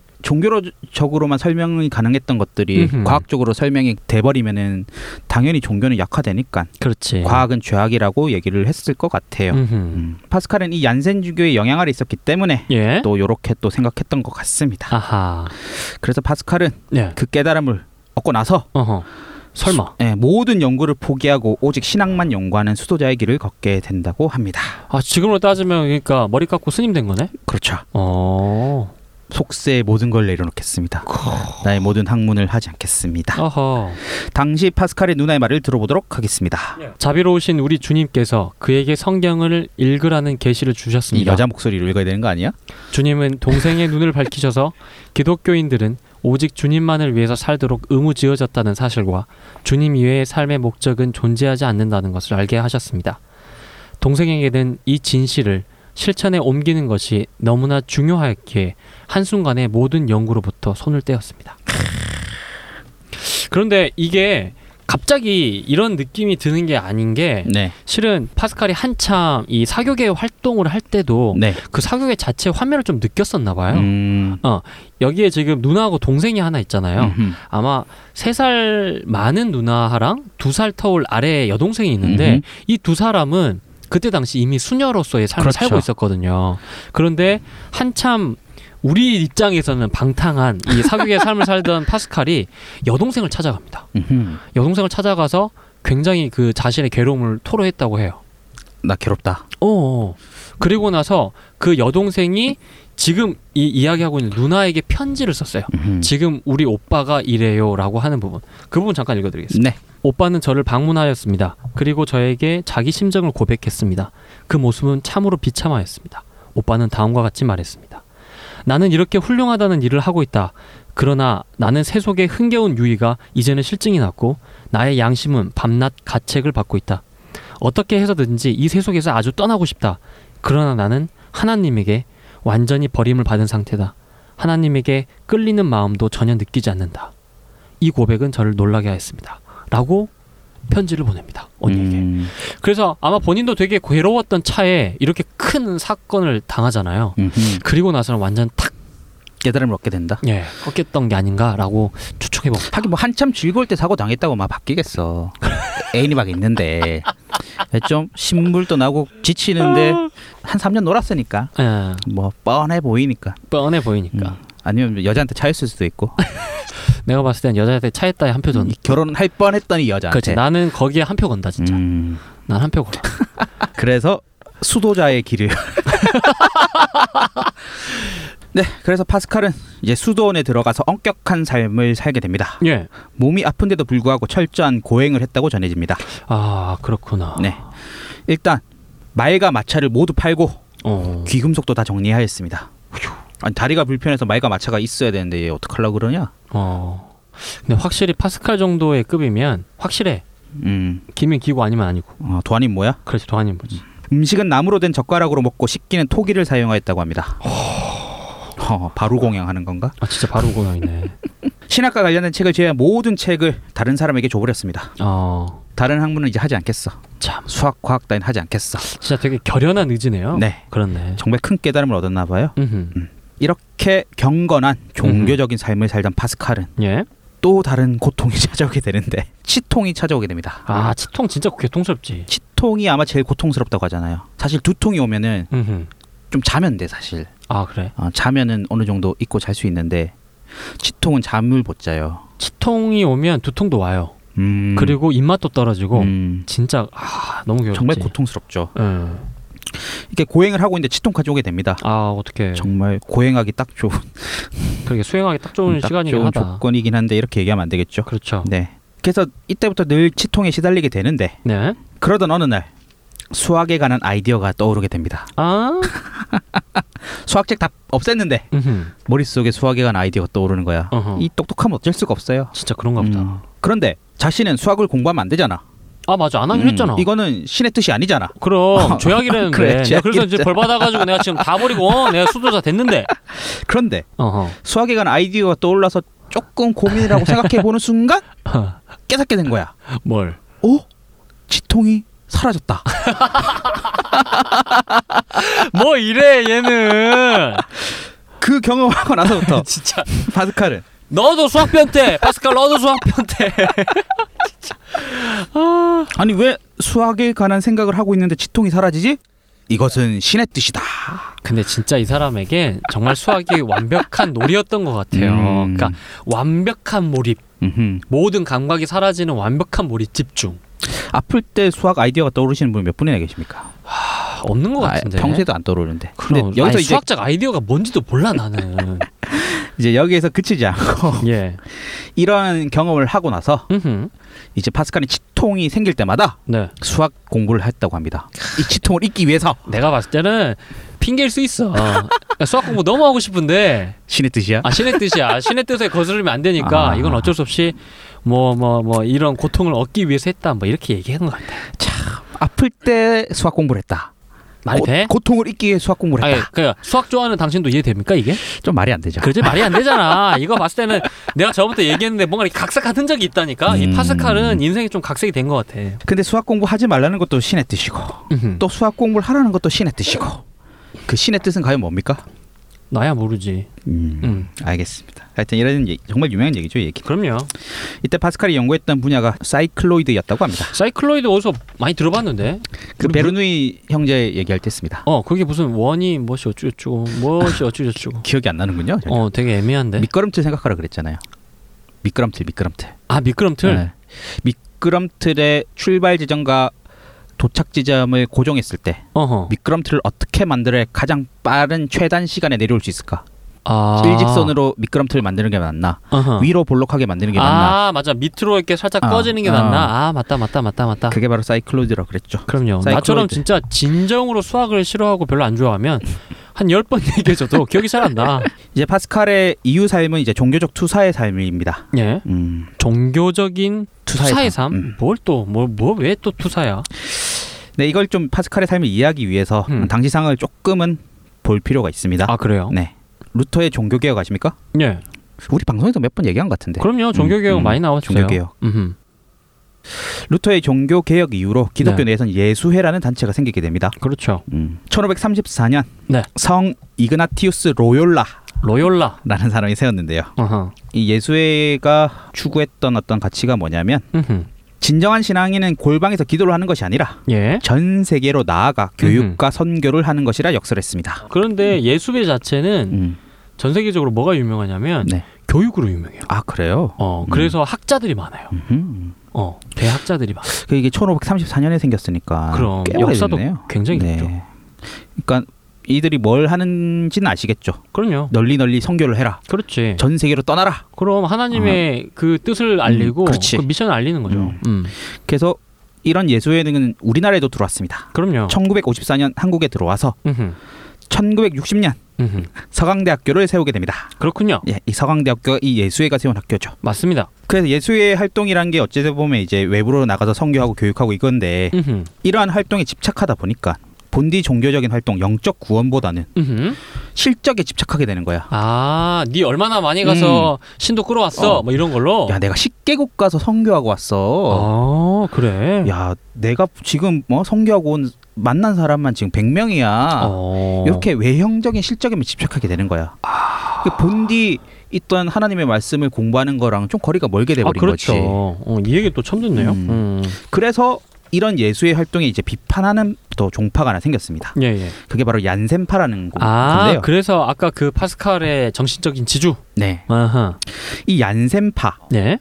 종교적으로만 설명이 가능했던 것들이
음흠.
과학적으로 설명이 돼버리면은 당연히 종교는 약화되니까
그렇지.
과학은 죄악이라고 얘기를 했을 것 같아요.
예. 음흠.
음. 파스칼은 이 얀센 주교의 영향 아래 있었기 때문에
예.
또 이렇게 또 생각했던 것 같습니다.
아하.
그래서 파스칼은
네.
그 깨달음을 얻고 나서
어허. 설마.
예, 모든 연구를 포기하고 오직 신학만 연구하는 수도자의 길을 걷게 된다고 합니다.
아 지금으로 따지면 그러니까 머리 깎고 스님 된 거네.
그렇죠.
어.
속세의 모든 걸 내려놓겠습니다. 나의 모든 학문을 하지 않겠습니다.
어허.
당시 파스칼의 누나의 말을 들어보도록
네.
하겠습니다.
자비로우신 우리 주님께서 그에게 성경을 읽으라는 계시를
이
주셨습니다.
여자 목소리로 읽어야 되는 거 아니야?
주님은 동생의 눈을 밝히셔서 기독교인들은 오직 주님만을 위해서 살도록 의무지어졌다는 사실과 주님 이외의 삶의 목적은 존재하지 않는다는 것을 알게 하셨습니다. 동생에게는 이 진실을 실천에 옮기는 것이 너무나 중요하기에 한순간에 모든 연구로부터 손을 떼었습니다. 그런데 이게 갑자기 이런 느낌이 드는 게 아닌 게
네.
실은 파스칼이 한참 이 사교계 활동을 할 때도
네.
그 사교계 자체 화면을 좀 느꼈었나 봐요.
음.
여기에 지금 누나하고 동생이 하나 있잖아요.
음흠.
아마 세 살 많은 누나랑 두 살 터울 아래 여동생이 있는데
음흠.
이 두 사람은 그때 당시 이미 수녀로서의 삶을
그렇죠.
살고 있었거든요. 그런데 한참 우리 입장에서는 방탕한 이 사극의 삶을 살던 파스칼이 여동생을 찾아갑니다.
음흠.
여동생을 찾아가서 굉장히 그 자신의 괴로움을 토로했다고 해요.
나 괴롭다.
어. 그리고 나서 그 여동생이 지금 이 이야기하고 있는 누나에게 편지를 썼어요.
음흠.
지금 우리 오빠가 이래요라고 하는 부분 그 부분 잠깐 읽어드리겠습니다.
네.
오빠는 저를 방문하였습니다. 그리고 저에게 자기 심정을 고백했습니다. 그 모습은 참으로 비참하였습니다. 오빠는 다음과 같이 말했습니다. 나는 이렇게 훌륭하다는 일을 하고 있다. 그러나 나는 세속의 흥겨운 유의가 이제는 실증이 났고 나의 양심은 밤낮 가책을 받고 있다. 어떻게 해서든지 이 세속에서 아주 떠나고 싶다. 그러나 나는 하나님에게 완전히 버림을 받은 상태다. 하나님에게 끌리는 마음도 전혀 느끼지 않는다. 이 고백은 저를 놀라게 하였습니다. 라고 편지를 보냅니다. 언니에게.
음.
그래서 아마 본인도 되게 괴로웠던 차에 이렇게 큰 사건을 당하잖아요.
음흠.
그리고 나서는 완전 탁
깨달음을 얻게 된다.
예, 꺾였던 게 아닌가라고 추측해 봅니다.
하긴 뭐 한참 즐거울 때 사고 당했다고 막 바뀌겠어. 애인이 막 있는데 좀 신물도 나고 지치는데 한 3년 놀았으니까
예,
뭐 뻔해 보이니까
뻔해 보이니까. 아,
음. 아니면 여자한테 차였을 수도 있고
내가 봤을 땐 여자한테 차였다에 한 표 줬.
결혼할 뻔했더니 여자한테
그렇지. 나는 거기에 한 표 건다 진짜.
음.
난 한 표 걸어.
그래서 수도자의 길을 네 그래서 파스칼은 이제 수도원에 들어가서 엄격한 삶을 살게 됩니다
예.
몸이 아픈데도 불구하고 철저한 고행을 했다고 전해집니다
아 그렇구나.
네 일단 말과 마차를 모두 팔고
어.
귀금속도 다 정리하였습니다 아니 다리가 불편해서 말과 마차가 있어야 되는데 얘 어떡하려고 그러냐
어. 근데 확실히 파스칼 정도의 급이면 확실해.
음
기면 기고 아니면 아니고.
어, 도안이 뭐야
그렇지 도하님 뭐지.
음식은 나무로 된 젓가락으로 먹고 식기는 토기를 사용하였다고 합니다. 어, 바로 공양하는 건가?
아 진짜 바로 고나이네.
신학과 관련된 책을 제외한 모든 책을 다른 사람에게 줘버렸습니다.
어.
다른 학문은 이제 하지 않겠어.
참
수학, 과학 따윈 하지 않겠어.
진짜 되게 결연한 의지네요.
네,
그렇네.
정말 큰 깨달음을 얻었나 봐요.
음.
이렇게 경건한 종교적인 삶을 살던 파스칼은
예.
또 다른 고통이 찾아오게 되는데 치통이 찾아오게 됩니다.
아 치통 진짜 고통스럽지.
치통이 아마 제일 고통스럽다고 하잖아요. 사실 두통이 오면은
음.
좀 자면 돼 사실.
아 그래.
어, 자면은 어느 정도 잊고 잘 수 있는데 치통은 잠을 못 자요.
치통이 오면 두통도 와요.
음,
그리고 입맛도 떨어지고
음,
진짜 아 너무 괴롭지. 예.
정말 고통스럽죠. 음.
응.
이렇게 고행을 하고 있는데 치통까지 오게 됩니다.
아 어떻게
정말 고행하기 딱 좋은,
그렇게 수행하기 딱 좋은
딱
시간이긴
좋은
하다.
조건이긴 한데 이렇게 얘기하면 안 되겠죠.
그렇죠.
네. 그래서 이때부터 늘 치통에 시달리게 되는데
네.
그러던 어느 날 수학에 관한 아이디어가 떠오르게 됩니다.
아.
수학책 다 없앴는데
음흠.
머릿속에 수학에 관한 아이디어가 떠오르는 거야.
어허.
이 똑똑하면 어쩔 수가 없어요.
진짜 그런가 보다.
음. 그런데 자신은 수학을 공부하면 안 되잖아.
아 맞아 안 하긴
음,
했잖아.
이거는 신의 뜻이 아니잖아.
그럼 죄악이라는데
그래,
내가 그래서 이제
죄악이랬잖아.
벌 받아가지고 내가 지금 다 버리고 어, 내가 수도자 됐는데.
그런데
어허.
수학에 관한 아이디어가 떠올라서 조금 고민을 하고 생각해 보는 순간 깨닫게 된 거야.
뭘?
어? 지통이 사라졌다.
뭐 이래 얘는
그 경험을 하고 나서부터
진짜.
파스칼은
너도 수학 변태 파스칼 너도 수학 변태.
아니 왜 수학에 관한 생각을 하고 있는데 지통이 사라지지? 이것은 신의 뜻이다.
근데 진짜 이 사람에게 정말 수학이 완벽한 놀이였던 것 같아요.
음.
그러니까 완벽한 몰입, 모든 감각이 사라지는 완벽한 몰입 집중
아플 때 수학 아이디어가 떠오르시는 분 몇 분이나 계십니까?
아, 없는 것
아,
같은데.
평소에도 안 떠오르는데. 근데
그럼
여기서
아니,
이제,
수학적 아이디어가 뭔지도 몰라 나는.
이제 여기에서 그치지 않고
예.
이런 경험을 하고 나서
음흠.
이제 파스칼이 지통이 생길 때마다
네.
수학 공부를 했다고 합니다. 이 지통을 잊기 위해서
내가 봤을 때는 핑계일 수 있어.
아.
그러니까 수학 공부 너무 하고 싶은데
신의 뜻이야.
아 신의 뜻이야. 신의 뜻에 거스르면 안 되니까
아.
이건 어쩔 수 없이 뭐 뭐 뭐 이런 고통을 얻기 위해서 했다. 뭐 이렇게 얘기하는 것 같아.
아플 때 수학 공부를 했다.
말이 돼?
고, 통을 잊기 위해 수학 공부를
아니,
했다.
그러니까 수학 좋아하는 당신도 이해됩니까 이게?
좀 말이 안 되죠.
그지 말이 안 되잖아. 이거 봤을 때는 내가 저번부터 얘기했는데 뭔가 이렇게 각색한 흔적이 있다니까. 이
음.
파스칼은 인생이 좀 각색이 된 것 같아.
근데 수학 공부 하지 말라는 것도 신의 뜻이고 또 수학 공부를 하라는 것도 신의 뜻이고 그 신의 뜻은 과연 뭡니까?
나야 모르지.
음,
음.
알겠습니다. 하여튼 이런 얘기, 정말 유명한 얘기죠, 이 얘기.
그럼요.
이때 파스칼이 연구했던 분야가 사이클로이드였다고 합니다.
사이클로이드 어디서 많이 들어봤는데.
그
우리
베르누이 형제 얘기할 때 했습니다.
어 그게 무슨 원이 무엇이 어쩌고저쩌고 무엇이 어쩌고저쩌고.
기억이 안 나는군요. 전혀.
어 되게 애매한데.
미끄럼틀 생각하라 그랬잖아요. 미끄럼틀, 미끄럼틀.
아 미끄럼틀.
네. 미끄럼틀의 출발 지점과 도착 지점을 고정했을 때
어허.
미끄럼틀을 어떻게 만들어 가장 빠른 최단 시간에 내려올 수 있을까?
아.
일직선으로 미끄럼틀을 만드는 게 낫나?
어허.
위로 볼록하게 만드는 게 낫나?
아 맞아 밑으로 이렇게 살짝
아,
꺼지는 게
아.
낫나 아 맞다 맞다 맞다 맞다
그게 바로 사이클로이드라고 그랬죠.
그럼요
사이클로이드.
나처럼 진짜 진정으로 수학을 싫어하고 별로 안 좋아하면 한 열 번 얘기해줘도 기억이 잘 안나예
이제 파스칼의 이유 삶은 이제 종교적 투사의 삶입니다. 음.
종교적인
투사의
투사의
삶. 음.
삶 뭘 또 뭘 뭐 왜 또 투사야
네, 이걸 좀 파스칼의 삶을 이해하기 위해서
음.
당시 상황을 조금은 볼 필요가 있습니다.
아 그래요
네. 루터의 종교 개혁 아십니까?
예
우리 방송에서 몇 번 얘기한 것 같은데.
그럼요 종교개혁
네. 음,
많이 나왔어요
종교개혁.
음흠.
루터의 종교 개혁 이후로 기독교
네.
내에선 예수회라는 단체가 생기게 됩니다.
그렇죠
1534년
네.
성 이그나티우스 로욜라라는
로욜라
사람이 세웠는데요.
어허.
이 예수회가 추구했던 어떤 가치가 뭐냐면
음흠.
진정한 신앙인은 골방에서 기도를 하는 것이 아니라
예
전 세계로 나아가 교육과 선교를 하는 것이라 역설했습니다.
그런데 예수배 자체는
음.
전 세계적으로 뭐가 유명하냐면
네.
교육으로 유명해요
아 그래요?
어
음.
그래서 학자들이 많아요
음.
어 대학자들이 많아
그 이게 1534년에 생겼으니까
그럼
아, 꽤
역사도
오래됐네요.
굉장히 깊죠.
그러니까 이들이 뭘 하는지는 아시겠죠.
그럼요.
널리 널리 선교를 해라.
그렇지.
전 세계로 떠나라.
그럼
음.
하나님의 그 뜻을 알리고
그렇지.
그 미션을 알리는 거죠.
음.
음.
그래서 이런 예수회는 우리나라에도 들어왔습니다.
그럼요.
1954년 한국에 들어와서
음흠.
1960년
음흠.
서강대학교를 세우게 됩니다.
그렇군요.
예, 이 서강대학교가 이 예수회가 세운 학교죠.
맞습니다.
그래서 예수의 활동이란 게 어찌 보면 이제 외부로 나가서 선교하고 교육하고 이건데
음흠.
이러한 활동에 집착하다 보니까 본디 종교적인 활동 영적 구원보다는
음흠.
실적에 집착하게 되는 거야.
아, 네 얼마나 많이 가서 신도 끌어왔어?
음. 어.
뭐 이런 걸로.
야 내가 10개국 가서 선교하고 왔어.
아, 그래.
야 내가 지금 뭐 선교하고 온 만난 사람만 지금 100명이야.
어.
이렇게 외형적인 실적에만 집착하게 되는 거야.
아.
그 본디 있던 하나님의 말씀을 공부하는 거랑 좀 거리가 멀게
아,
돼버린
그렇죠.
거지.
어, 이 얘기 또 처음 듣네요.
음.
음.
그래서 이런 예수의 활동에 이제 비판하는 또 종파가 하나 생겼습니다.
예, 예.
그게 바로 얀센파라는 곳-
아,
건데요.
그래서 아까 그 파스칼의 정신적인 지주.
네,
아하.
이 얀센파,
네.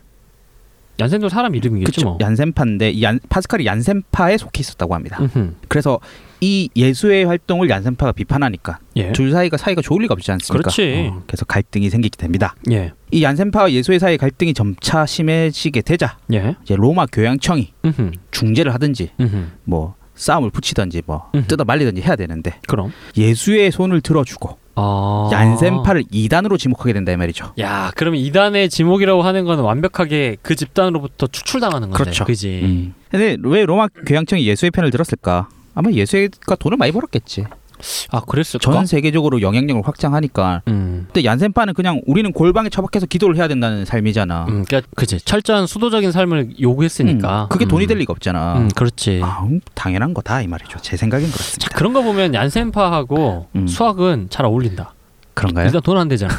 얀센도 사람 이름이겠죠,
그쵸?
뭐.
얀센파인데 이 얀, 파스칼이 얀센파에 속해 있었다고 합니다.
음흠.
그래서 이 예수의 활동을 얀센파가 비판하니까
예.
둘 사이가 사이가 좋을 리가 없지 않습니까?
그렇지.
어, 그래서 갈등이 생기게 됩니다.
예.
이 얀센파와 예수의 사이 갈등이 점차 심해지게 되자
예.
이제 로마 교황청이
음흠.
중재를 하든지
음흠.
뭐 싸움을 붙이든지 뭐
음.
뜯어 말리든지 해야 되는데
그럼.
예수의 손을 들어주고
아.
얀센파를 이단으로 지목하게 된다 이 말이죠.
야, 그럼 이단의 지목이라고 하는 건 완벽하게 그 집단으로부터 추출당하는 건데.
그렇죠.
그지.
음. 근데 왜 로마 교황청이 예수의 편을 들었을까? 아마 예수가 돈을 많이 벌었겠지.
아, 그랬을까?
전 세계적으로 영향력을 확장하니까.
음.
근데 얀센파는 그냥 우리는 골방에 처박혀서 기도를 해야 된다는 삶이잖아.
음, 그러니까 그지. 철저한 수도적인 삶을 요구했으니까.
음, 그게 돈이
음.
될 리가 없잖아.
음, 그렇지.
아, 음, 당연한 거다 이 말이죠. 제 생각엔
자,
그렇습니다.
그런 거 보면 얀센파하고
음.
수학은 잘 어울린다.
그런가요?
일단 돈 안 되잖아.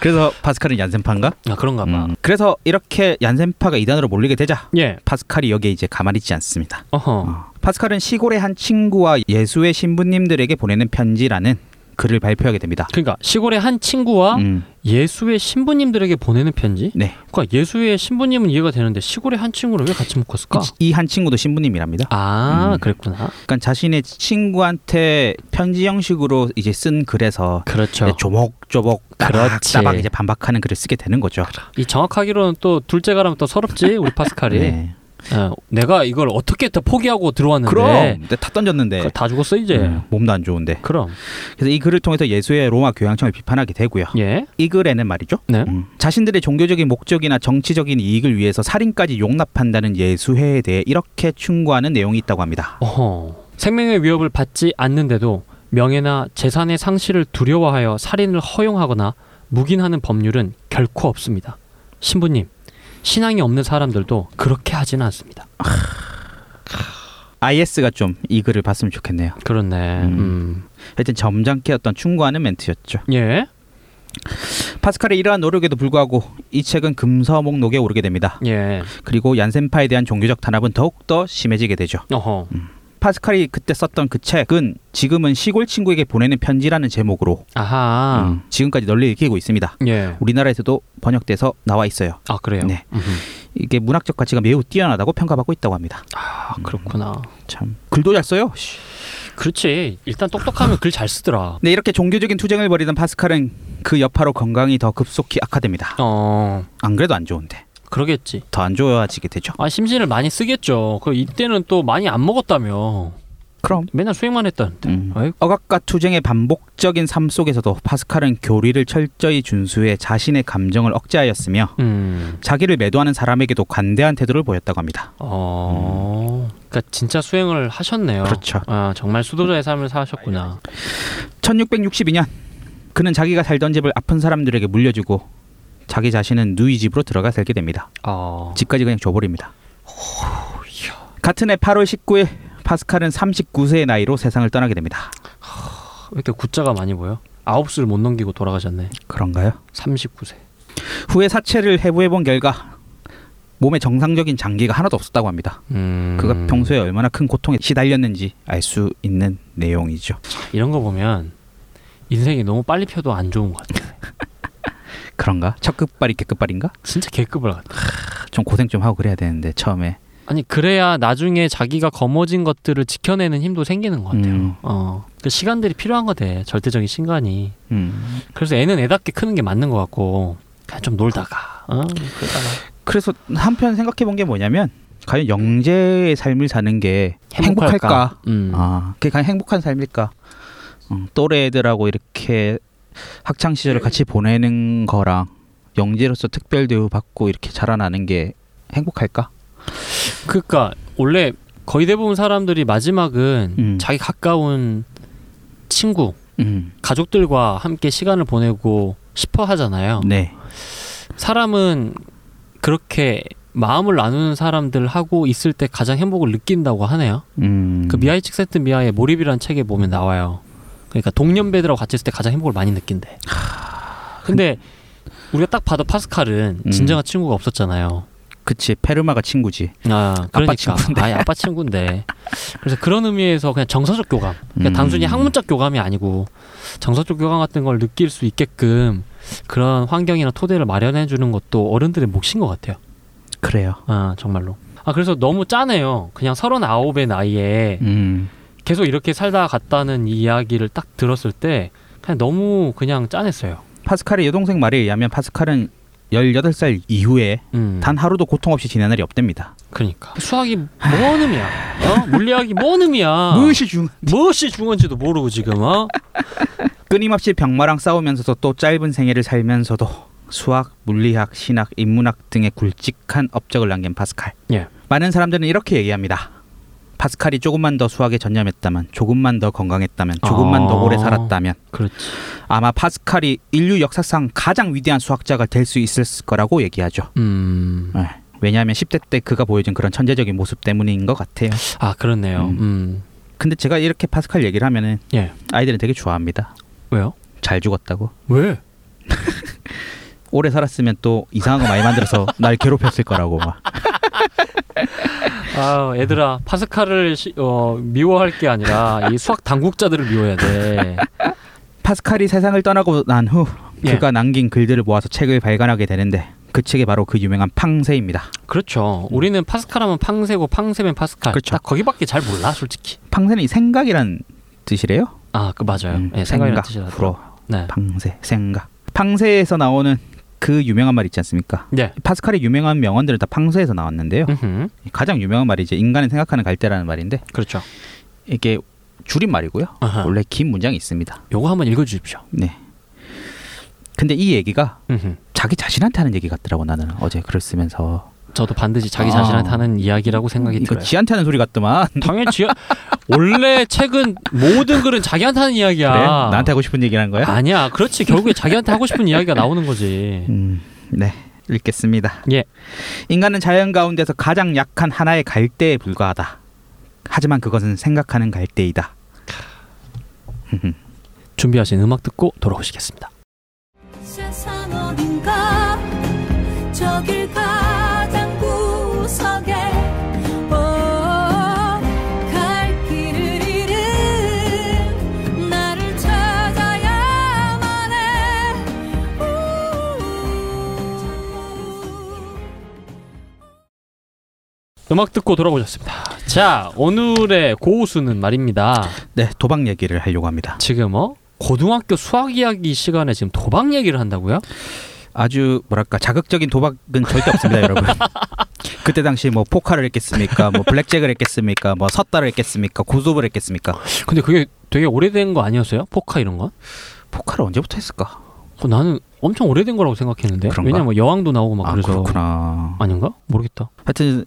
그래서 파스칼은 얀센파인가?
아, 그런가 봐.
음. 그래서 이렇게 얀센파가 이단으로 몰리게 되자
예.
파스칼이 여기에 이제 가만히 있지 않습니다.
어허.
어. 파스칼은 시골의 한 친구와 예수의 신부님들에게 보내는 편지라는 글을 발표하게 됩니다.
그러니까 시골의 한 친구와
음.
예수의 신부님들에게 보내는 편지.
네.
그러니까 예수의 신부님은 이해가 되는데 시골의 한 친구를 왜 같이 묶었을까?
이 한 친구도 신부님이랍니다.
아,
음.
그랬구나.
그러니까 자신의 친구한테 편지 형식으로 이제 쓴 글에서
그렇죠.
이제 조목조목 따박
그렇지.
따박 이제 반박하는 글을 쓰게 되는 거죠.
이 정확하기로는 또 둘째가라면 또 서럽지 우리 파스칼이.
네.
어, 내가 이걸 어떻게 다 포기하고 들어왔는데.
그럼 네, 내다 던졌는데
그거 다 죽었어 이제.
음, 몸도 안 좋은데.
그럼
그래서 이 글을 통해서 예수의 로마 교황청을 비판하게 되고요.
예.
이 글에는 말이죠.
네.
음, 자신들의 종교적인 목적이나 정치적인 이익을 위해서 살인까지 용납한다는 예수회에 대해 이렇게 충고하는 내용이 있다고 합니다.
어허. 생명의 위협을 받지 않는데도 명예나 재산의 상실을 두려워하여 살인을 허용하거나 묵인하는 법률은 결코 없습니다. 신부님, 신앙이 없는 사람들도 그렇게 하지는 않습니다.
IS가 좀 이 글을 봤으면 좋겠네요.
그렇네. 음.
하여튼 점잖게 어떤 충고하는 멘트였죠.
예.
파스칼의 이러한 노력에도 불구하고 이 책은 금서목록에 오르게 됩니다.
예.
그리고 얀센파에 대한 종교적 탄압은 더욱더 심해지게 되죠.
어허.
파스칼이 그때 썼던 그 책은 지금은 시골 친구에게 보내는 편지라는 제목으로
아하.
음, 지금까지 널리 읽히고 있습니다.
예.
우리나라에서도 번역돼서 나와 있어요.
아, 그래요.
네.
음흠.
이게 문학적 가치가 매우 뛰어나다고 평가받고 있다고 합니다.
아, 그렇구나.
참 글도 잘 써요. 씨.
그렇지. 일단 똑똑하면 글 잘 쓰더라.
네 이렇게 종교적인 투쟁을 벌이던 파스칼은 그 여파로 건강이 더 급속히 악화됩니다.
어.
안 그래도 안 좋은데
그러겠지.
더 안 좋아지게 되죠.
아, 심신을 많이 쓰겠죠. 그 이때는 또 많이 안 먹었다며.
그럼
맨날 수행만 했다는데.
음.
아이고.
억압과 투쟁의 반복적인 삶 속에서도 파스칼은 교리를 철저히 준수해 자신의 감정을 억제하였으며
음.
자기를 매도하는 사람에게도 관대한 태도를 보였다고 합니다.
어. 그러니까 진짜 수행을 하셨네요.
그렇죠.
아, 정말 수도자의 삶을 사셨구나.
1662년 그는 자기가 살던 집을 아픈 사람들에게 물려주고 자기 자신은 누이 집으로 들어가 살게 됩니다.
어.
집까지 그냥 줘버립니다. 같은 해 8월 19일 파스칼은 39세의 나이로 세상을 떠나게 됩니다.
왜 이렇게 구자가 많이 보여? 아홉 수를 못 넘기고 돌아가셨네.
그런가요?
39세.
후에 사체를 해부해본 결과 몸에 정상적인 장기가 하나도 없었다고 합니다.
음.
그가 평소에 얼마나 큰 고통에 시달렸는지 알 수 있는 내용이죠.
이런 거 보면 인생이 너무 빨리 펴도 안 좋은 것 같아.
그런가? 첫 끝발이 개끝발인가?
진짜 개급을 같아.
좀 고생 좀 하고 그래야 되는데 처음에
아니 그래야 나중에 자기가 거머쥔 것들을 지켜내는 힘도 생기는 것 같아요.
음.
어, 그 시간들이 필요한 거대. 절대적인 신간이.
음.
그래서 애는 애답게 크는 게 맞는 것 같고 그냥 좀 놀다가. 어? 그러다가.
그래서 한편 생각해 본 게 뭐냐면 과연 영재의 삶을 사는 게 행복할까?
음.
아, 그게 과연 행복한 삶일까? 음, 또래 애들하고 이렇게 학창 시절을 같이 보내는 거랑 영재로서 특별 대우 받고 이렇게 자라나는 게 행복할까?
그러니까 원래 거의 대부분 사람들이 마지막은
음.
자기 가까운 친구,
음,
가족들과 함께 시간을 보내고 싶어 하잖아요.
네,
사람은 그렇게 마음을 나누는 사람들하고 있을 때 가장 행복을 느낀다고 하네요.
음,
그 미아이 칙센트 미아의 몰입이라는 책에 보면 나와요. 그러니까 동년배들하고 같이 있을 때 가장 행복을 많이 느낀대. 근데 우리가 딱 봐도 파스칼은
음.
진정한 친구가 없었잖아요.
그치 페르마가 친구지.
아, 그러니까
친구인데.
아예 아빠 친구인데. 그래서 그런 의미에서 그냥 정서적 교감. 그러니까
음.
단순히 학문적 교감이 아니고 정서적 교감 같은 걸 느낄 수 있게끔 그런 환경이나 토대를 마련해 주는 것도 어른들의 몫인 것 같아요.
그래요.
아, 정말로. 아, 그래서 너무 짜네요. 그냥 서른아홉의 나이에
음,
계속 이렇게 살다 갔다는 이 이야기를 딱 들었을 때 그냥 너무 그냥 짠했어요.
파스칼의 여동생 말에 의하면 파스칼은 18살 이후에
음.
단 하루도 고통 없이 지낸 날이 없답니다.
그러니까 수학이 뭔 의미야? 어? 물리학이 뭔 의미야?
무엇이 중
무엇이 중요한지도 모르고 지금 어?
끊임없이 병마랑 싸우면서도 또 짧은 생애를 살면서도 수학, 물리학, 신학, 인문학 등의 굵직한 업적을 남긴 파스칼.
예.
많은 사람들은 이렇게 얘기합니다. 파스칼이 조금만 더 수학에 전념했다면, 조금만 더 건강했다면, 조금만 더
아.
오래 살았다면
그렇지.
아마 파스칼이 인류 역사상 가장 위대한 수학자가 될 수 있었을 거라고 얘기하죠.
음.
예. 왜냐하면 10대 때 그가 보여준 그런 천재적인 모습 때문인 것 같아요.
아, 그렇네요. 음.
음. 근데 제가 이렇게 파스칼 얘기를 하면은
예.
아이들은 되게 좋아합니다.
왜요?
잘 죽었다고.
왜?
오래 살았으면 또 이상한 거 많이 만들어서 날 괴롭혔을 거라고 막.
아, 얘들아. 파스칼을 시- 어, 미워할 게 아니라 이 수학 당국자들을 미워해야 돼.
파스칼이 세상을 떠나고 난 후
예.
그가 남긴 글들을 모아서 책을 발간하게 되는데 그 책이 바로 그 유명한 팡세입니다.
그렇죠. 우리는 파스칼 하면 팡세고 팡세면 파스칼.
그렇죠.
딱 거기밖에 잘 몰라, 솔직히.
팡세는 이 생각이란 뜻이래요.
아, 그 맞아요.
음,
예, 생각이란 뜻이 나더라.
불어
네.
팡세 생각. 팡세에서 나오는 그 유명한 말 있지 않습니까?
네.
파스칼의 유명한 명언들은 다 팡세에서 나왔는데요.
음흠.
가장 유명한 말이 이제 인간은 생각하는 갈대라는 말인데
그렇죠.
이게 줄임말이고요.
아하.
원래 긴 문장이 있습니다.
요거 한번 읽어 주십시오.
네. 근데 이 얘기가
음흠.
자기 자신한테 하는 얘기 같더라고 나는 어제 글을 쓰면서
저도 반드시 자기
아.
자신한테 하는 이야기라고 생각이
이거
들어요. 아.
지한테 하는 소리 같더만.
당연히 지 원래 책은 모든 글은 자기한테 하는 이야기야.
그래? 나한테 하고 싶은 얘기라는 거야?
아니야. 그렇지. 결국에 자기한테 하고 싶은 이야기가 나오는 거지.
음, 네. 읽겠습니다.
예.
인간은 자연 가운데서 가장 약한 하나의 갈대에 불과하다. 하지만 그것은 생각하는 갈대이다.
준비하신 음악 듣고 돌아오시겠습니다.
세상 어딘가 저길 가장 구석에 오갈 길을 잃은 나를 찾아야만 해 우.
음악 듣고 돌아오셨습니다. 자, 오늘의 고우수는 말입니다.
네, 도박 얘기를 하려고 합니다.
지금 어? 고등학교 수학 이야기 시간에 지금 도박 얘기를 한다고요?
아주 뭐랄까 자극적인 도박은 절대 없습니다, 여러분. 그때 당시 뭐 포카를 했겠습니까? 뭐 블랙잭을 했겠습니까? 뭐 섰다를 했겠습니까? 고소를 했겠습니까?
근데 그게 되게 오래된 거 아니었어요? 포카 이런 건?
포카를 언제부터 했을까?
어, 나는 엄청 오래된 거라고 생각했는데.
그런가?
왜냐면 뭐 여왕도 나오고 막
아,
그래서.
그렇구나.
아닌가? 모르겠다.
하여튼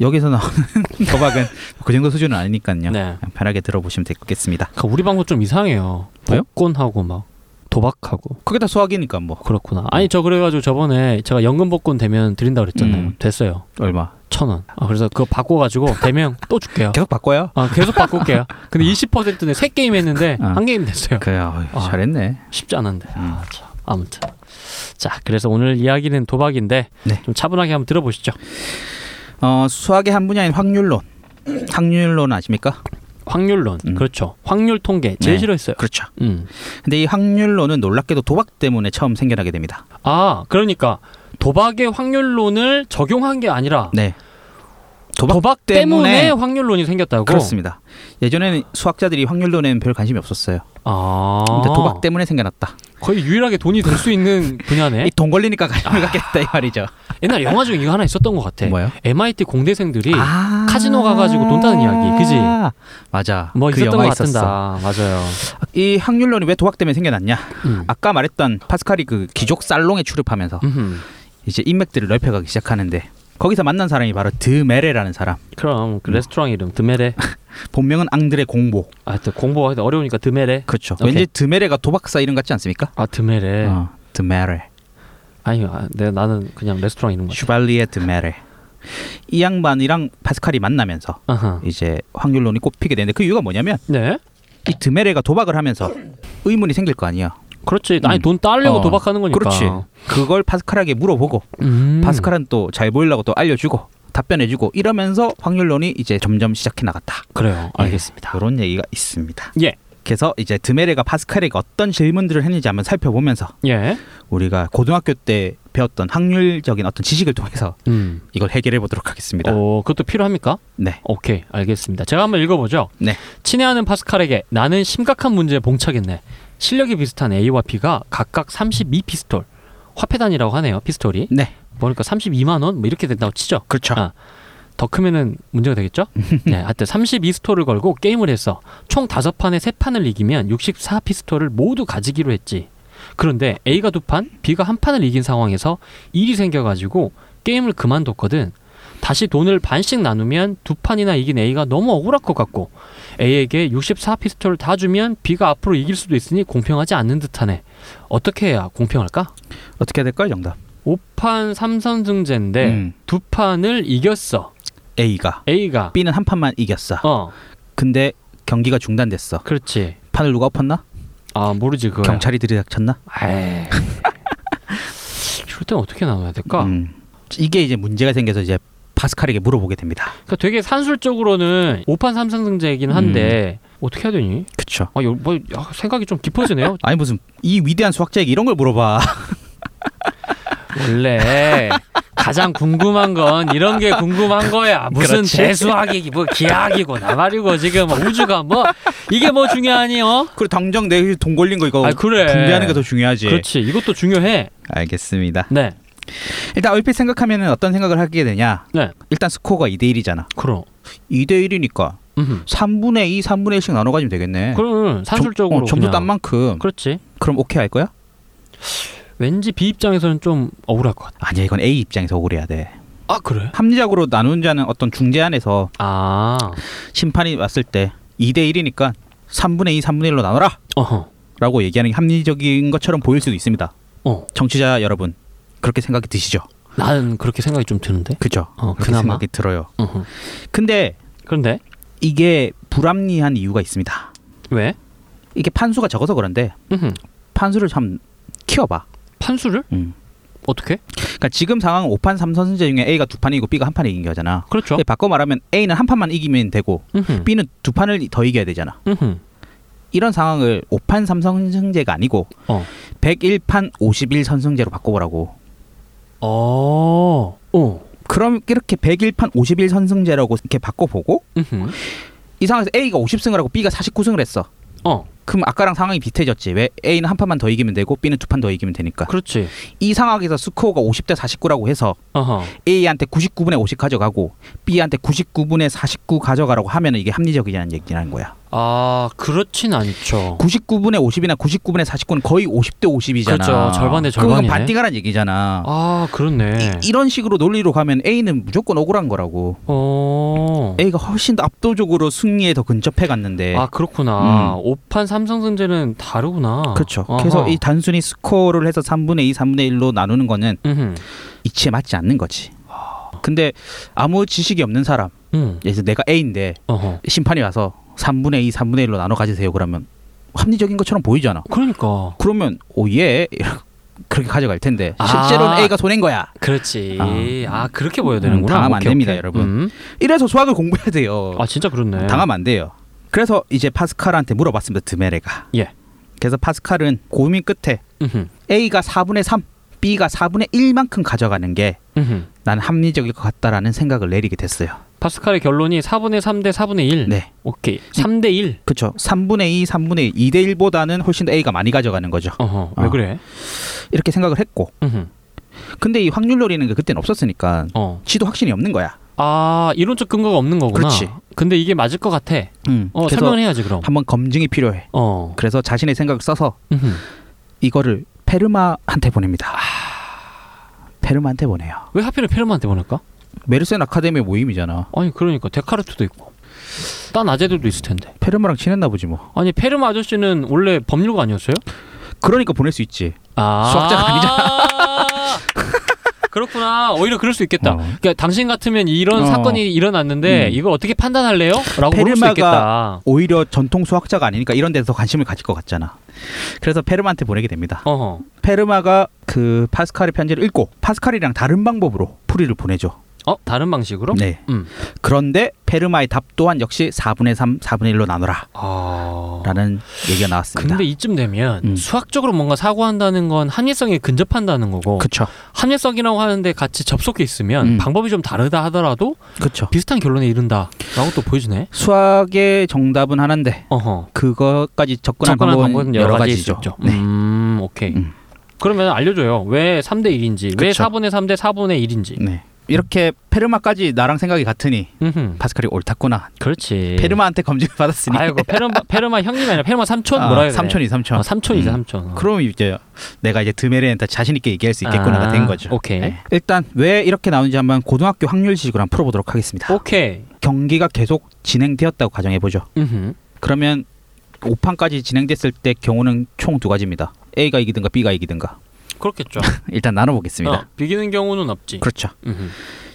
여기서 나오는 도박은 그 정도 수준은 아니니까요.
네.
그냥 편하게 들어보시면 되겠습니다.
그러니까 우리 방송 좀 이상해요.
왜요?
복권하고 막 도박하고
그게 다 수학이니까 뭐
그렇구나. 아니 저 그래가지고 저번에 제가 연금 복권 되면 드린다 그랬잖아요.
음.
됐어요.
얼마
천 원. 아, 그래서 그거 바꿔가지고 되면 또 줄게요.
계속 바꿔요.
아, 계속 바꿀게요. 근데 20%는 세 게임 했는데
아.
한 게임 됐어요.
그래요. 어휴,
아.
잘했네.
쉽지 않은데.
음.
아, 참. 아무튼. 자, 그래서 오늘 이야기는 도박인데
네.
좀 차분하게 한번 들어보시죠.
어, 수학의 한 분야인 확률론. 확률론 아십니까?
확률론.
음.
그렇죠. 확률 통계 제일
네.
싫어했어요.
그렇죠.
음.
근데 이 확률론은 놀랍게도 도박 때문에 처음 생겨나게 됩니다.
아, 그러니까 도박의 확률론을 적용한 게 아니라
네.
도박,
도박,
때문에,
때문에
확률론이 생겼다고.
그렇습니다. 예전에는 수학자들이 확률론에는 별 관심이 없었어요.
아.
근데 도박 때문에 생겨났다.
거의 유일하게 돈이 될 수 있는 분야네. 아.
이 돈 걸리니까 관심을 갖겠다 이 말이죠.
옛날 영화 중에 이거 하나 있었던 것 같아.
뭐요?
MIT 공대생들이
아~
카지노 가가지고 돈 따는 이야기, 그지?
맞아.
뭐
그
있었던
영화
것
있었어.
같은다. 맞아요.
이 확률론이 왜 도박 때문에 생겨났냐?
음.
아까 말했던 파스칼이 그 귀족 살롱에 출입하면서
음흠.
이제 인맥들을 넓혀가기 시작하는데 거기서 만난 사람이 바로 드메레라는 사람.
그럼 그 레스토랑 이름 드메레.
본명은 앙드레 공보.
아또 공부가 어려우니까 드메레.
그렇죠.
오케이.
왠지 드메레가 도박사 이름 같지 않습니까?
아 드메레.
어, 드메레.
아니 아, 내 나는 그냥 레스토랑 이름 같아.
슈발리에 드메레. 이 양반이랑 파스칼이 만나면서
아하.
이제 확률론이 꼽히게 되는데 그 이유가 뭐냐면
네.
이 드메레가 도박을 하면서 의문이 생기고 생길 거 아니야.
그렇지. 아니
음.
돈 따려고
어.
도박하는 거니까.
그렇지. 그걸 파스칼에게 물어보고
음.
파스칼은 또 잘 보이려고 또 알려주고 답변해주고 이러면서 확률론이 이제 점점 시작해 나갔다.
그래요.
예.
알겠습니다.
그런 얘기가 있습니다.
예.
그래서 이제 드메레가 파스칼에게 어떤 질문들을 했는지 한번 살펴보면서
예.
우리가 고등학교 때 배웠던 확률적인 어떤 지식을 통해서
음.
이걸 해결해 보도록 하겠습니다.
어, 그것도 필요합니까?
음. 네.
오케이, 알겠습니다. 제가 한번 읽어보죠.
네.
친애하는 파스칼에게 나는 심각한 문제에 봉착했네. 실력이 비슷한 A와 B가 각각 32 피스톨, 화폐단이라고 하네요. 피스톨이.
네.
보니까 32만 원 뭐 이렇게 된다고 치죠.
그렇죠.
아. 더 크면은 문제가 되겠죠? 네, 하여튼 32스톨을 걸고 게임을 해서 총 5판에 3판을 이기면 64피스톨을 모두 가지기로 했지. 그런데 A가 2판, B가 한판을 이긴 상황에서 일이 생겨가지고 게임을 그만뒀거든. 다시 돈을 반씩 나누면 두 판이나 이긴 A가 너무 억울할 것 같고 A에게 64피스톨을 다 주면 B가 앞으로 이길 수도 있으니 공평하지 않는 듯하네. 어떻게 해야 공평할까?
어떻게 해야 될까요, 정답?
5판 3선승제인데
음.
두 판을 이겼어.
A가
A가
B는 한 판만 이겼어.
어
근데 경기가 중단됐어.
그렇지
판을 누가 엎었나?
아 모르지 그거
경찰이 들이닥쳤나?
에이 이럴 땐 어떻게 나눠야 될까
음. 이게 이제 문제가 생겨서 이제 파스칼에게 물어보게 됩니다.
그러니까 되게 산술적으로는 5판
음.
3상승제이긴 한데 어떻게 해야 되니
그렇죠.
아, 요, 뭐, 야, 생각이 좀 깊어지네요
아니 무슨 이 위대한 수학자에게 이런 걸 물어봐.
원래 가장 궁금한 건 이런 게 궁금한 거야 무슨
그렇지.
대수학이기 뭐 기하학이고 나발이고 지금 뭐 우주가 뭐 이게 뭐 중요하니 어
그리고 당장 내 돈 걸린 거 이거
아, 그래.
분배하는 게 더 중요하지.
그렇지 이것도 중요해
알겠습니다.
네
일단 얼핏 생각하면 어떤 생각을 하게 되냐?
네.
일단 스코어가 2대 1이잖아.
그럼
2대 1이니까
음
3분의 2, 3분의 1씩 나눠 가지면 되겠네.
그럼 산술적으로
예. 어, 전부
그냥.
딴 만큼
그렇지
그럼 오케이 할 거야?
왠지 B 입장에서는 좀 억울할 것 같아.
아니야 이건 A 입장에서 억울해야 돼.
아 그래?
합리적으로 나눈 자는 어떤 중재안에서
아
심판이 왔을 때 2대 1이니까 3분의 2, 3분의 1로 나눠라
어허
라고 얘기하는 게 합리적인 것처럼 보일 수도 있습니다.
어
정치자 여러분 그렇게 생각이 드시죠?
나는 그렇게 생각이 좀 드는데.
그죠?
어,
그렇게
그나마.
생각이 들어요.
어허.
근데
그런데
이게 불합리한 이유가 있습니다.
왜?
이게 판수가 적어서 그런데
음흠.
판수를 참 키워봐.
판수를
음.
어떻게?
그러니까 지금 상황은 5판 3선승제 중에 A가 두 판이고 B가 한 판을 이긴 거잖아.
그렇죠.
근데 바꿔 말하면 A는 한 판만 이기면 되고
음흠.
B는 두 판을 더 이겨야 되잖아.
음흠.
이런 상황을 5판 3선승제가 아니고
어.
101판 51선승제로 바꿔보라고.
어. 어.
그럼 이렇게 101판 51선승제라고 이렇게 바꿔보고
음흠.
이 상황에서 A가 50승을 하고 B가 49승을 했어.
어.
그럼 아까랑 상황이 비슷해졌지. 왜 A는 한 판만 더 이기면 되고 B는 두 판 더 이기면 되니까.
그렇지.
이 상황에서 스코어가 50대 49라고 해서
어허.
A한테 99분의 50 가져가고 B한테 99분의 49 가져가라고 하면 이게 합리적이라는 얘기라는 거야.
아 그렇진 않죠.
99분의 50이나 99분의 49는 거의 50대 50이잖아.
그렇죠. 절반에 절반이네.
반띵하라는 얘기잖아.
아 그렇네.
이, 런 식으로 논리로 가면 A는 무조건 억울한 거라고.
어.
A가 훨씬 더 압도적으로 승리에 더 근접해 갔는데.
아 그렇구나. 오 5판 삼성승제는 다르구나.
그렇죠.
어허.
그래서 이 단순히 스코어를 해서 3분의 2, 3분의 1로 나누는 거는
음흠.
이치에 맞지 않는 거지. 근데 아무 지식이 없는 사람,
음.
예를 들어 내가 A인데
어허.
심판이 와서 3분의 2, 3분의 1로 나눠 가지세요. 그러면 합리적인 것처럼 보이잖아.
그러니까.
그러면 오예 그렇게 가져갈 텐데
아.
실제로는 A가 손해인 거야.
그렇지. 아,
아.
그렇게 보여야 되는구나.
당하면 안
오케이,
됩니다,
오케이.
여러분.
음.
이래서 수학을 공부해야 돼요.
아 진짜 그렇네.
당하면 안 돼요. 그래서 이제 파스칼한테 물어봤습니다. 드메레가.
예.
그래서 파스칼은 고민 끝에
음흠.
A가 4분의 3, B가 4분의 1만큼 가져가는 게
음흠.
나는 합리적일 것 같다라는 생각을 내리게 됐어요.
파스칼의 결론이 4분의 3 대 4분의 1.
네.
오케이. 3대 1.
그렇죠. 3분의 2, 3분의 1, 2대 1보다는 훨씬 더 A가 많이 가져가는 거죠.
어허. 왜
아.
그래?
이렇게 생각을 했고.
음흠.
근데 이 확률놀이는 게 그때는 없었으니까
어.
지도 확신이 없는 거야.
아, 이론적 근거가 없는 거구나.
그렇지.
근데 이게 맞을 것 같아.
음.
어,
그래서
설명을 해야지 그럼.
한번 검증이 필요해.
어.
그래서 자신의 생각을 써서
음흠.
이거를 페르마한테 보냅니다. 페르마한테 보내요.
왜 하필이면 페르마한테 보낼까?
메르센 아카데미 모임이잖아.
아니, 그러니까 데카르트도 있고. 딴 아재들도 있을 텐데.
페르마랑 친했나 보지 뭐.
아니, 페르마 아저씨는 원래 법률가 아니었어요?
그러니까 보낼 수 있지.
아.
수학자가
아니잖아. 그렇구나. 오히려 그럴 수 있겠다.
어.
그러니까 당신 같으면 이런
어.
사건이 일어났는데
음.
이걸 어떻게 판단할래요? 라고 물을 수
페르마가-
있겠다.
오히려 전통 수학자가 아니니까 이런 데서 관심을 가질 것 같잖아. 그래서 페르마한테 보내게 됩니다.
어허.
페르마가 그 파스칼의 편지를 읽고 파스칼이랑 다른 방법으로 풀이를 보내죠.
어? 다른 방식으로?
네.
음.
그런데 페르마의 답 또한 역시 4분의 3, 4분의 1로 나누라.
아.
라는 얘기가 나왔습니다.
근데 이쯤 되면
음.
수학적으로 뭔가 사고한다는 건 합리성에 근접한다는 거고
그쵸. 있으면
합리성이라고 하는데 같이 접속해 있으면
음.
방법이 좀 다르다 하더라도
그쵸.
비슷한 결론에 이른다라고 또 보여주네.
수학의 정답은 하나인데
어허.
그것까지 접근할
접근하는
방법은,
방법은
여러
가지일
가지죠.
수 있죠.
네.
음, 오케이.
음.
그러면 알려줘요. 왜 3대 1인지, 왜
그쵸.
4분의 3대 4분의 1인지.
네. 이렇게 페르마까지 나랑 생각이 같으니
음.
파스칼이 옳았구나.
그렇지.
페르마한테 검증을 받았으니.
예. 아이고 페르마 페르마 형님 아니라 페르마 삼촌
아,
뭐라 해야 돼?
삼촌이 삼촌.
어, 삼촌이죠
음.
삼촌. 어.
그럼 이제 내가 이제 드메레한테 자신 있게 얘기할 수
아,
있겠구나가 된 거죠.
오케이.
네. 일단 왜 이렇게 나오는지 한번 고등학교 확률식으로 한번 풀어보도록 하겠습니다.
오케이.
경기가 계속 진행되었다고 가정해 보죠.
음흠.
그러면 5판까지 진행됐을 때 경우는 총 두 가지입니다. A가 이기든가 B가 이기든가.
그렇겠죠.
일단 나눠보겠습니다.
어, 비기는 경우는 없지.
그렇죠.
음흠.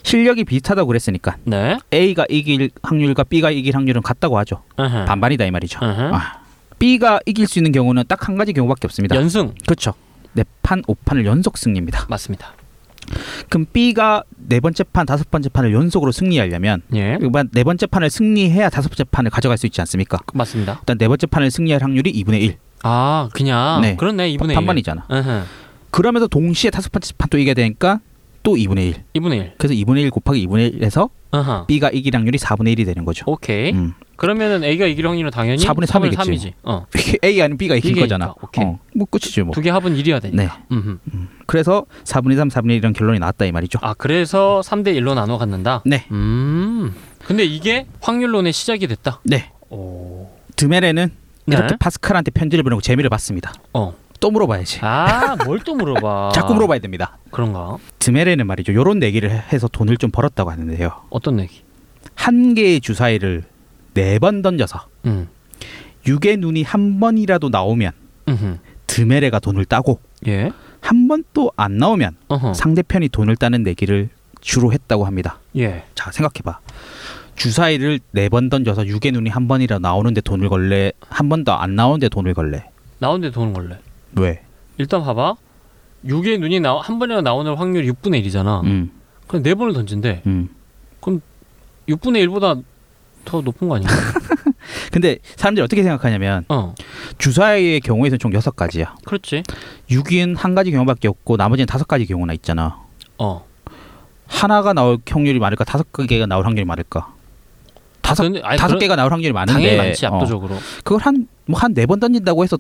실력이 비슷하다고 그랬으니까
네.
A가 이길 확률과 B가 이길 확률은 같다고 하죠.
아하.
반반이다 이 말이죠.
아하.
아. B가 이길 수 있는 경우는 딱 한 가지 경우밖에 없습니다.
연승
그렇죠. 네판 5판을 연속 승리입니다.
맞습니다.
그럼 B가 네 번째 판, 다섯 번째 판을 연속으로 승리하려면
예.
일반 네 번째 판을 승리해야 다섯 번째 판을 가져갈 수 있지 않습니까?
맞습니다.
일단 네 번째 판을 승리할 확률이 2분의 1.
아 그냥
네.
그렇네 이분의
반반이잖아.
아하.
그러면서 동시에 다섯 번째 판 또 이겨야 되니까 또 2분의 1.
이분의 일.
그래서 2분의 1 곱하기 2분의 1에서
아하.
B가 이길 확률이 4분의 1이 되는 거죠.
오케이. 예?
음.
그러면은 A가 이길 확률은 당연히
4분의
3분의
3
3이지. 어.
이게 A 아니면 B가 이길
이게
거잖아.
있다. 오케이.
어, 뭐 끝이죠 뭐.
두 개 합은 1이어야 되니까.
네.
음흠.
그래서 4분의 3, 4분의 1이라는 결론이 나왔다 이 말이죠.
아 그래서 3대 1로 나눠 갖는다.
네.
음. 근데 이게 확률론의 시작이 됐다.
네.
오.
드메레는
네.
이렇게 파스칼한테 편지를 보내고 재미를 봤습니다.
어.
또 물어봐야지.
아, 뭘 또 물어봐.
자꾸 물어봐야 됩니다.
그런가?
드메레는 말이죠. 요런 내기를 해서 돈을 좀 벌었다고 하는데요.
어떤 얘기?
한 개의 주사위를 네 번 던져서
음.
육의 눈이 한 번이라도 나오면
음흠.
드메레가 돈을 따고
예.
한 번 또 안 나오면
어허.
상대편이 돈을 따는 내기를 주로 했다고 합니다.
예.
자 생각해봐. 주사위를 네 번 던져서 육의 눈이 한 번이라 나오는데 돈을 걸래 한 번도 안 나오는데 돈을 걸래
나온데 도는 걸래.
왜?
일단 봐봐. 6의 눈이 나, 한 번이나 나오는 확률 6분의 1이잖아.
음,
그럼 네 번을 던진대.
음.
6분의 1보다 더 높은 거 아니야?
근데 사람들이 어떻게 생각하냐면
어.
주사위의 경우에서는 총 여섯 가지야.
그렇지.
육은 한 가지 경우밖에 없고 나머지는 다섯 가지 경우나 있잖아.
어.
하나가 나올 확률이 많을까 다섯 개가 나올 확률이 많을까? 다섯
근데- 아니,
다섯
그런-
개가 나올 확률이 많은데
당연히 많지
어,
압도적으로.
그걸 한 뭐 한 네 번 던진다고 해서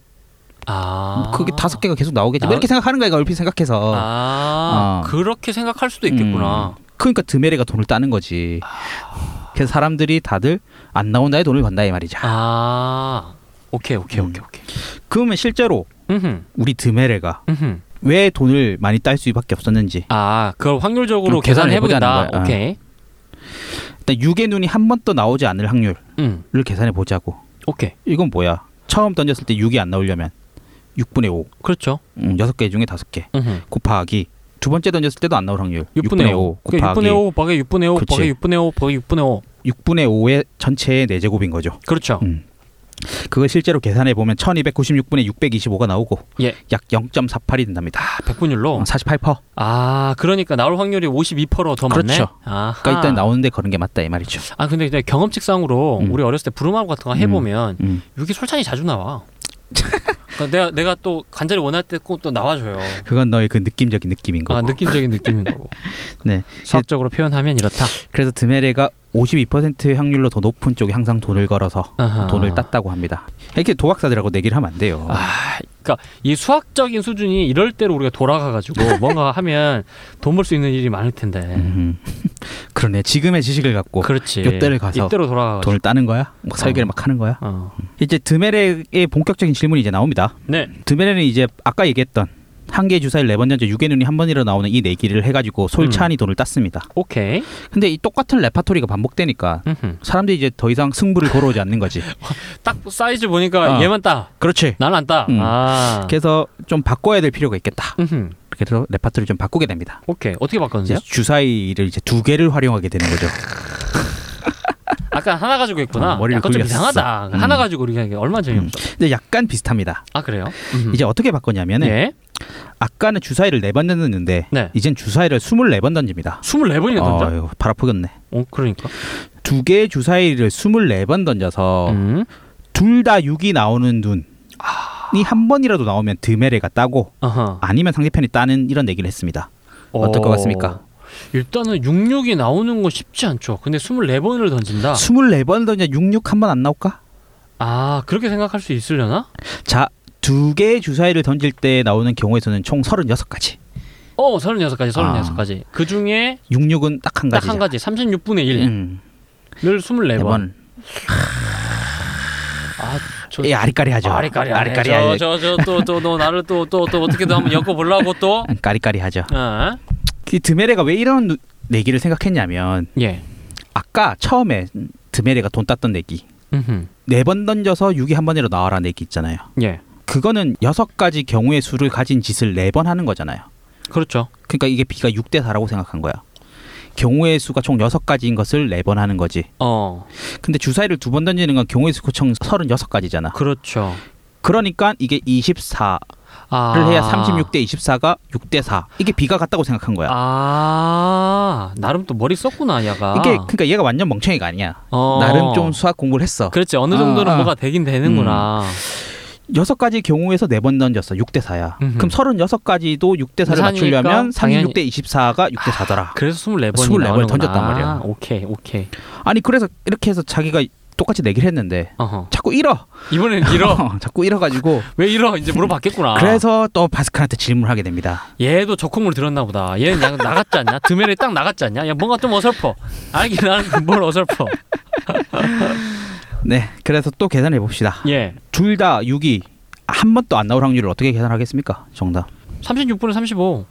아.
뭐 그게 다섯 개가 어. 계속 나오겠지.
나-
뭐 이렇게 생각하는 거야 얼핏 생각해서.
아,
어.
그렇게 생각할 수도 있겠구나.
그러니까 드메레가 돈을 따는 거지. 그래서 사람들이 다들 안 나온다에 돈을 건다 이 말이죠.
아. 오케이, 오케이,
음.
오케이, 오케이.
그러면 실제로
음흠.
우리 드메레가
음흠.
왜 돈을 많이 딸 수밖에 없었는지
아, 그걸 확률적으로
어, 계산을
계산해 보겠다.
해보자는 거야. 어.
오케이.
일단 육의 눈이 한 번 또 나오지 않을 확률을
음.
계산해 보자고.
오케이.
이건 뭐야? 처음 던졌을 때 6이 안 나오려면 6분의 5,
그렇죠.
음, 6개 중에 5개
음흠.
곱하기 두 번째 던졌을 때도 안 나올 확률
6분의 그러니까 5.
곱하기
6분의 5, 버게 6분의 5,
그치.
버게 6분의 5, 버게 6분의 5.
6분의 5의 전체의 4제곱인 거죠.
그렇죠.
음. 그걸 실제로 계산해 보면 1296분의 625가 나오고
예.
약 0.48이 된답니다.
백분율로.
어, 48%.
아, 그러니까 나올 확률이 52%로 더 많네.
그렇죠.
아하.
그러니까 일단 나오는데 거는 게 맞다 이 말이죠.
아, 근데 그냥 경험칙상으로
음.
우리 어렸을 때 부르마블 같은 거해 보면
음.
여기 솔찬히 자주 나와. 그러니까 내가 내가 또 간절히 원할 때 꼭 또 나와 줘요.
그건 너의 그 느낌적인 느낌인 거고.
아, 느낌적인 느낌인 거고.
네.
수학적으로 표현하면 이렇다.
그래서 드메레가 52%의 확률로 더 높은 쪽에 항상 돈을 걸어서
아하.
돈을 땄다고 합니다. 이렇게 도박사들하고 내기를 하면 안 돼요.
아, 그러니까 이 수학적인 수준이 이럴 때로 우리가 돌아가가지고 뭔가 하면 돈 벌 수 있는 일이 많을 텐데.
음. 그러네. 지금의 지식을 갖고
네. 그렇지.
이때를 가서
이때로 돌아가가지고.
돈을 따는 거야? 뭐 설계를
어.
막 하는 거야?
어.
이제 드메레의 본격적인 질문이 이제 나옵니다.
네.
드메레는 이제 아까 얘기했던 한 개의 주사위 네번 전자 육의 눈이 한 번이라 나오는 이 내기를 해가지고
음.
솔찬히 돈을 땄습니다.
오케이.
근데 이 똑같은 레파토리가 반복되니까
음흠.
사람들이 이제 더 이상 승부를 걸어오지 않는 거지.
딱 사이즈 보니까
어.
얘만 따.
그렇지.
나는 안 따.
음.
아.
그래서 좀 바꿔야 될 필요가 있겠다.
음흠.
그래서 레파토리를 좀 바꾸게 됩니다.
오케이. 어떻게
이제
바꿨는데요?
주사위를 이제 두 개를 활용하게 되는 거죠.
아까 하나 가지고 했구나.
어, 머리를
약간 좀
굴렸어.
이상하다.
음.
하나 가지고 우리가 이게 얼마나 재미없어.
근데 약간 비슷합니다.
아 그래요? 음흠.
이제 어떻게 바꿨냐면은
예.
아까는 주사위를 네 번 던졌는데
네.
이젠 주사위를 24번 던집니다.
24번이나 던져?
어휴, 발 아프겠네.
어, 그러니까.
두 개의 주사위를 24번 던져서
음.
둘 다 6이 나오는 눈이 한 번이라도 나오면 드메레가 따고
아하.
아니면 상대편이 따는 이런 얘기를 했습니다. 어떨 것 같습니까?
일단은 66이 나오는 건 쉽지 않죠. 근데 24번을 던진다.
24번 던져 66 한 번 안 나올까?
아, 그렇게 생각할 수 있으려나?
자, 두 개의 주사위를 던질 때 나오는 경우에서는 총 36가지.
어, 36가지, 36가지. 그 중에
66은 딱 아. 한
딱
가지. 음.
한 가지, 36분의 1을 24번.
4번.
아, 저
예, 아리까리하죠.
아리까리
아리까리하죠.
아리까리. 저저또또너 나를 또 또 또 어떻게든 한번 엮어 보려고 또.
음, 까리까리하죠.
아.
이 드메레가 왜 이런 누- 내기를 생각했냐면
예.
아까 처음에 드메레가 돈 땄던 내기
음.
네 번 던져서 6이 한 번으로 나와라 내기 있잖아요.
예.
그거는 여섯 가지 경우의 수를 가진 짓을 네 번 하는 거잖아요.
그렇죠.
그러니까 이게 B가 6대 4라고 생각한 거야. 경우의 수가 총 여섯 가지인 것을 네 번 하는 거지.
어.
근데 주사위를 두 번 던지는 건 경우의 수가 총 36가지잖아.
그렇죠.
그러니까 이게 24를
아.
해야 36대 24가 6대 4. 이게 B가 같다고 생각한 거야.
아. 나름 또 머리 썼구나, 야가.
이게 그러니까 얘가 완전 멍청이가 아니야.
아. 어.
나름 좀 수학 공부를 했어.
그렇지. 어느 정도는
아, 음. 아.
뭐가 되긴 되는구나.
여섯 가지 경우에서 네 번 던졌어. 6대 4야.
음흠.
그럼 36가지도 6대 4를
사니까
맞추려면
당연히- 아,
36대 24가 6대 4더라.
그래서 24번이
24번
나오는구나.
던졌단 말이야.
오케이, 오케이.
아니 그래서 이렇게 해서 자기가 똑같이 내기를 했는데
어허.
자꾸 잃어.
이번엔 잃어. 아.
자꾸 잃어가지고
왜 잃어? 이제 물어봤겠구나.
그래서 또 바스칸한테 질문하게 을 됩니다.
얘도 적콩물 들었나 보다. 얘는 나, 나갔지 않냐? 드메레 딱 나갔지 않냐? 야 뭔가 좀 어설퍼. 알긴 나는 뭘 어설퍼.
네, 그래서 또 계산해 봅시다.
예.
둘 다 6이 한 번도 안 나올 확률을 어떻게 계산하겠습니까? 정답.
36분에 35.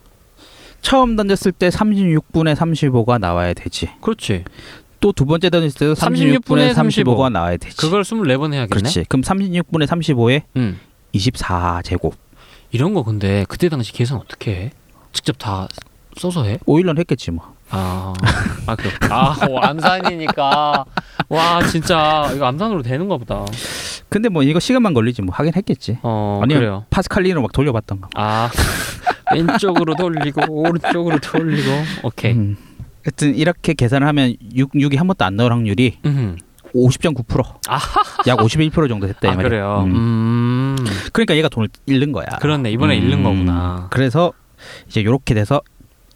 처음 던졌을 때 36분에 35가 나와야 되지.
그렇지.
또 두 번째 던졌을 때도
36 분에
36분에
35.
35가 나와야 되지.
그걸 24번 해야겠네.
그렇지. 그럼 36분에 35에
음.
24제곱.
이런 거 근데 그때 당시 계산 어떻게 해? 직접 다 써서 해?
5일런 했겠지 뭐.
아, 아, 그, 아, 오, 암산이니까. 와, 진짜 이거 암산으로 되는가 보다.
근데 뭐 이거 시간만 걸리지 뭐 하긴 했겠지.
어,
아니요.
그래요.
파스칼리노 막 돌려봤던가.
아, 왼쪽으로 돌리고 오른쪽으로 돌리고. 오케이.
음. 하여튼 이렇게 계산을 하면 6, 6이 한 번도 안 나올 확률이
음.
50.9%. 약 51% 정도 됐다 이
아,
말이야.
그래요.
음.
음.
그러니까 얘가 돈을 잃는 거야.
그렇네. 이번에
음.
잃는 거구나.
그래서 이제 요렇게 돼서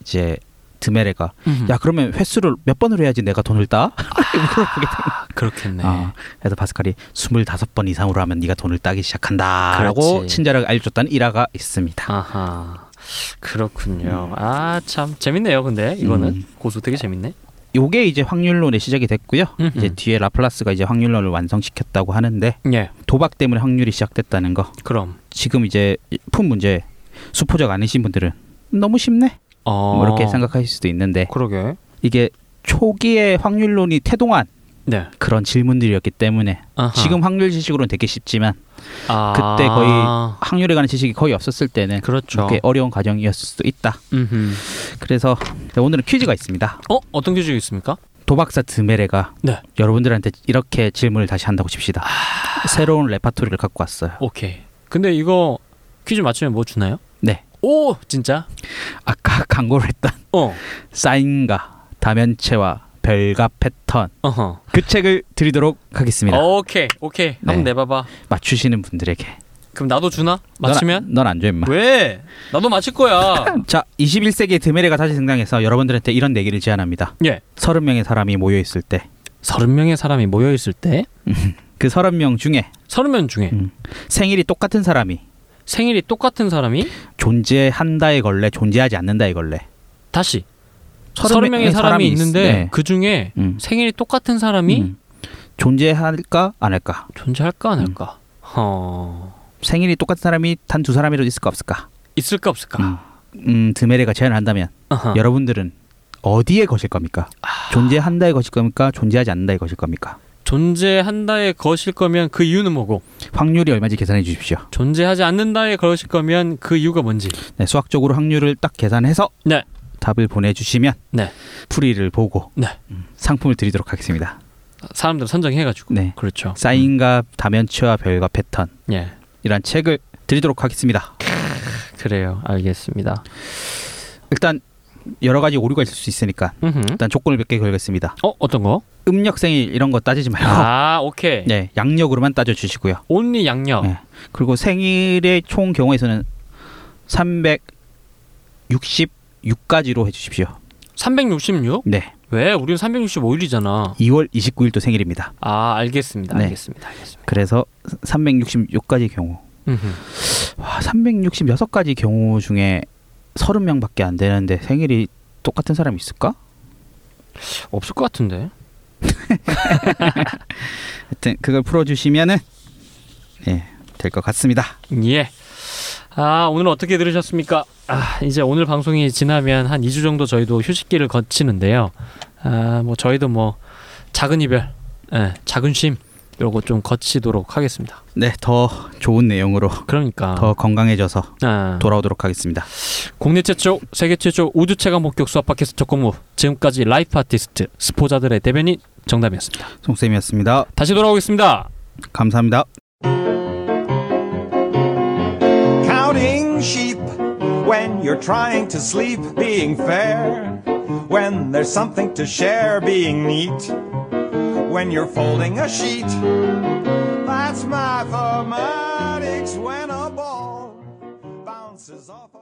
이제 드메레가
음.
야 그러면 횟수를 몇 번을 해야지 내가 돈을 따? 물어보게 된
아, 그렇겠네.
아, 그래서 파스칼이 25번 이상으로 하면 네가 돈을 따기 시작한다라고
그렇지.
친절하게 알려줬다는 일화가 있습니다.
아하 그렇군요. 아 참 재밌네요. 근데 이거는
음.
고수 되게 재밌네.
요게 이제 확률론의 시작이 됐고요.
음흠.
이제 뒤에 라플라스가 이제 확률론을 완성시켰다고 하는데
예.
도박 때문에 확률이 시작됐다는 거.
그럼
지금 이제 품 문제 수포적 아니신 분들은 너무 쉽네.
어
뭐 이렇게 생각하실 수도 있는데
그러게.
이게 초기에 확률론이 태동한
네.
그런 질문들이었기 때문에
아하.
지금 확률 지식으로는 되게 쉽지만
아,
그때 거의 확률에 관한 지식이 거의 없었을 때는
그렇죠.
그렇게 어려운 과정이었을 수도 있다.
음흠.
그래서 오늘은 퀴즈가 있습니다.
어 어떤 규칙 있습니까?
도박사 드메레가
네.
여러분들한테 이렇게 질문을 다시 한다고 칩시다.
아.
새로운 레파토리를 갖고 왔어요.
오케이. 근데 이거 퀴즈 맞추면 뭐 주나요?
네.
오 진짜?
아까 광고를 했던
어.
사인과 다면체와 별과 패턴
어허.
그 책을 드리도록 하겠습니다.
오케이 오케이. 한번
네.
내봐봐.
맞추시는 분들에게
그럼 나도 주나? 맞추면?
넌안줘 임마.
왜? 나도 맞출 거야.
자, 21세기의 드메레가 다시 등장해서 여러분들한테 이런 내기를 제안합니다.
예.
30명의 사람이 모여 있을 때 그
서른 명의 사람이 모여 있을 때
30명 중에
서른 명 중에
음. 생일이 똑같은 사람이
생일이 똑같은 사람이
존재한다의 걸레 존재하지 않는다의 걸레
다시
서른
서른
명의
명의 사람이
사람이 있-
있는데
네.
그 중에
음.
생일이 똑같은 사람이
음. 존재할까 안 할까
존재할까 안 할까?
음.
어
생일이 똑같은 사람이 단 두 사람이라도 있을까 없을까
있을까 없을까?
음, 드메레가 제안한다면
아. 아하. 아.
여러분들은 어디에 거실 겁니까 존재한다의 것일 겁니까 존재하지 않는다의 것일 겁니까
존재한다의 것일 거면 그 이유는 뭐고
확률이 얼마인지 계산해 주십시오
존재하지 않는다의 것일 거면 그 이유가 뭔지
네, 수학적으로 확률을 딱 계산해서
네.
답을 보내주시면
네.
풀이를 보고
네.
음, 상품을 드리도록 하겠습니다
사람들 선정해가지고
네.
그렇죠.
사인과 다면체와 별과 패턴
예
이란 책을 드리도록 하겠습니다
그래요 알겠습니다.
일단 여러 가지 오류가 있을 수 있으니까
음흠.
일단 조건을 몇 개 걸겠습니다.
어 어떤 거?
음력 생일 이런 거 따지지 말고
아 오케이
네 양력으로만 따져 주시고요.
온리 양력
네. 그리고 생일의 총 경우에서는 366까지로 해주십시오.
366?
네,
왜? 우리는 365일이잖아.
2월 29일도 생일입니다.
아 알겠습니다.
네.
알겠습니다. 알겠습니다.
그래서 366까지 경우,
음흠.
와 366가지 경우 중에 30명밖에 안 되는데 생일이 똑같은 사람이 있을까?
없을 것 같은데.
하여튼 그걸 풀어주시면은 예, 될 것 같습니다.
예. 아, 오늘 어떻게 들으셨습니까? 아, 이제 오늘 방송이 지나면 한 2주 정도 저희도 휴식기를 거치는데요. 아, 뭐 저희도 뭐 작은 이별, 예, 작은 쉼 요거 좀 거치도록 하겠습니다.
네, 더 좋은 내용으로
그러니까
더 건강해져서
아,
돌아오도록 하겠습니다.
국내 최초, 세계 최초 우주 체감 목격 수업 팟캐스트 적공무 지금까지 라이프 아티스트 스포자들의 대변인 정담이었습니다.
송쌤이었습니다.
다시 돌아오겠습니다.
감사합니다.
counting sheep when you're trying to sleep, being fair, when there's something to share, being neat, when you're folding a sheet. That's mathematics when a ball bounces off. a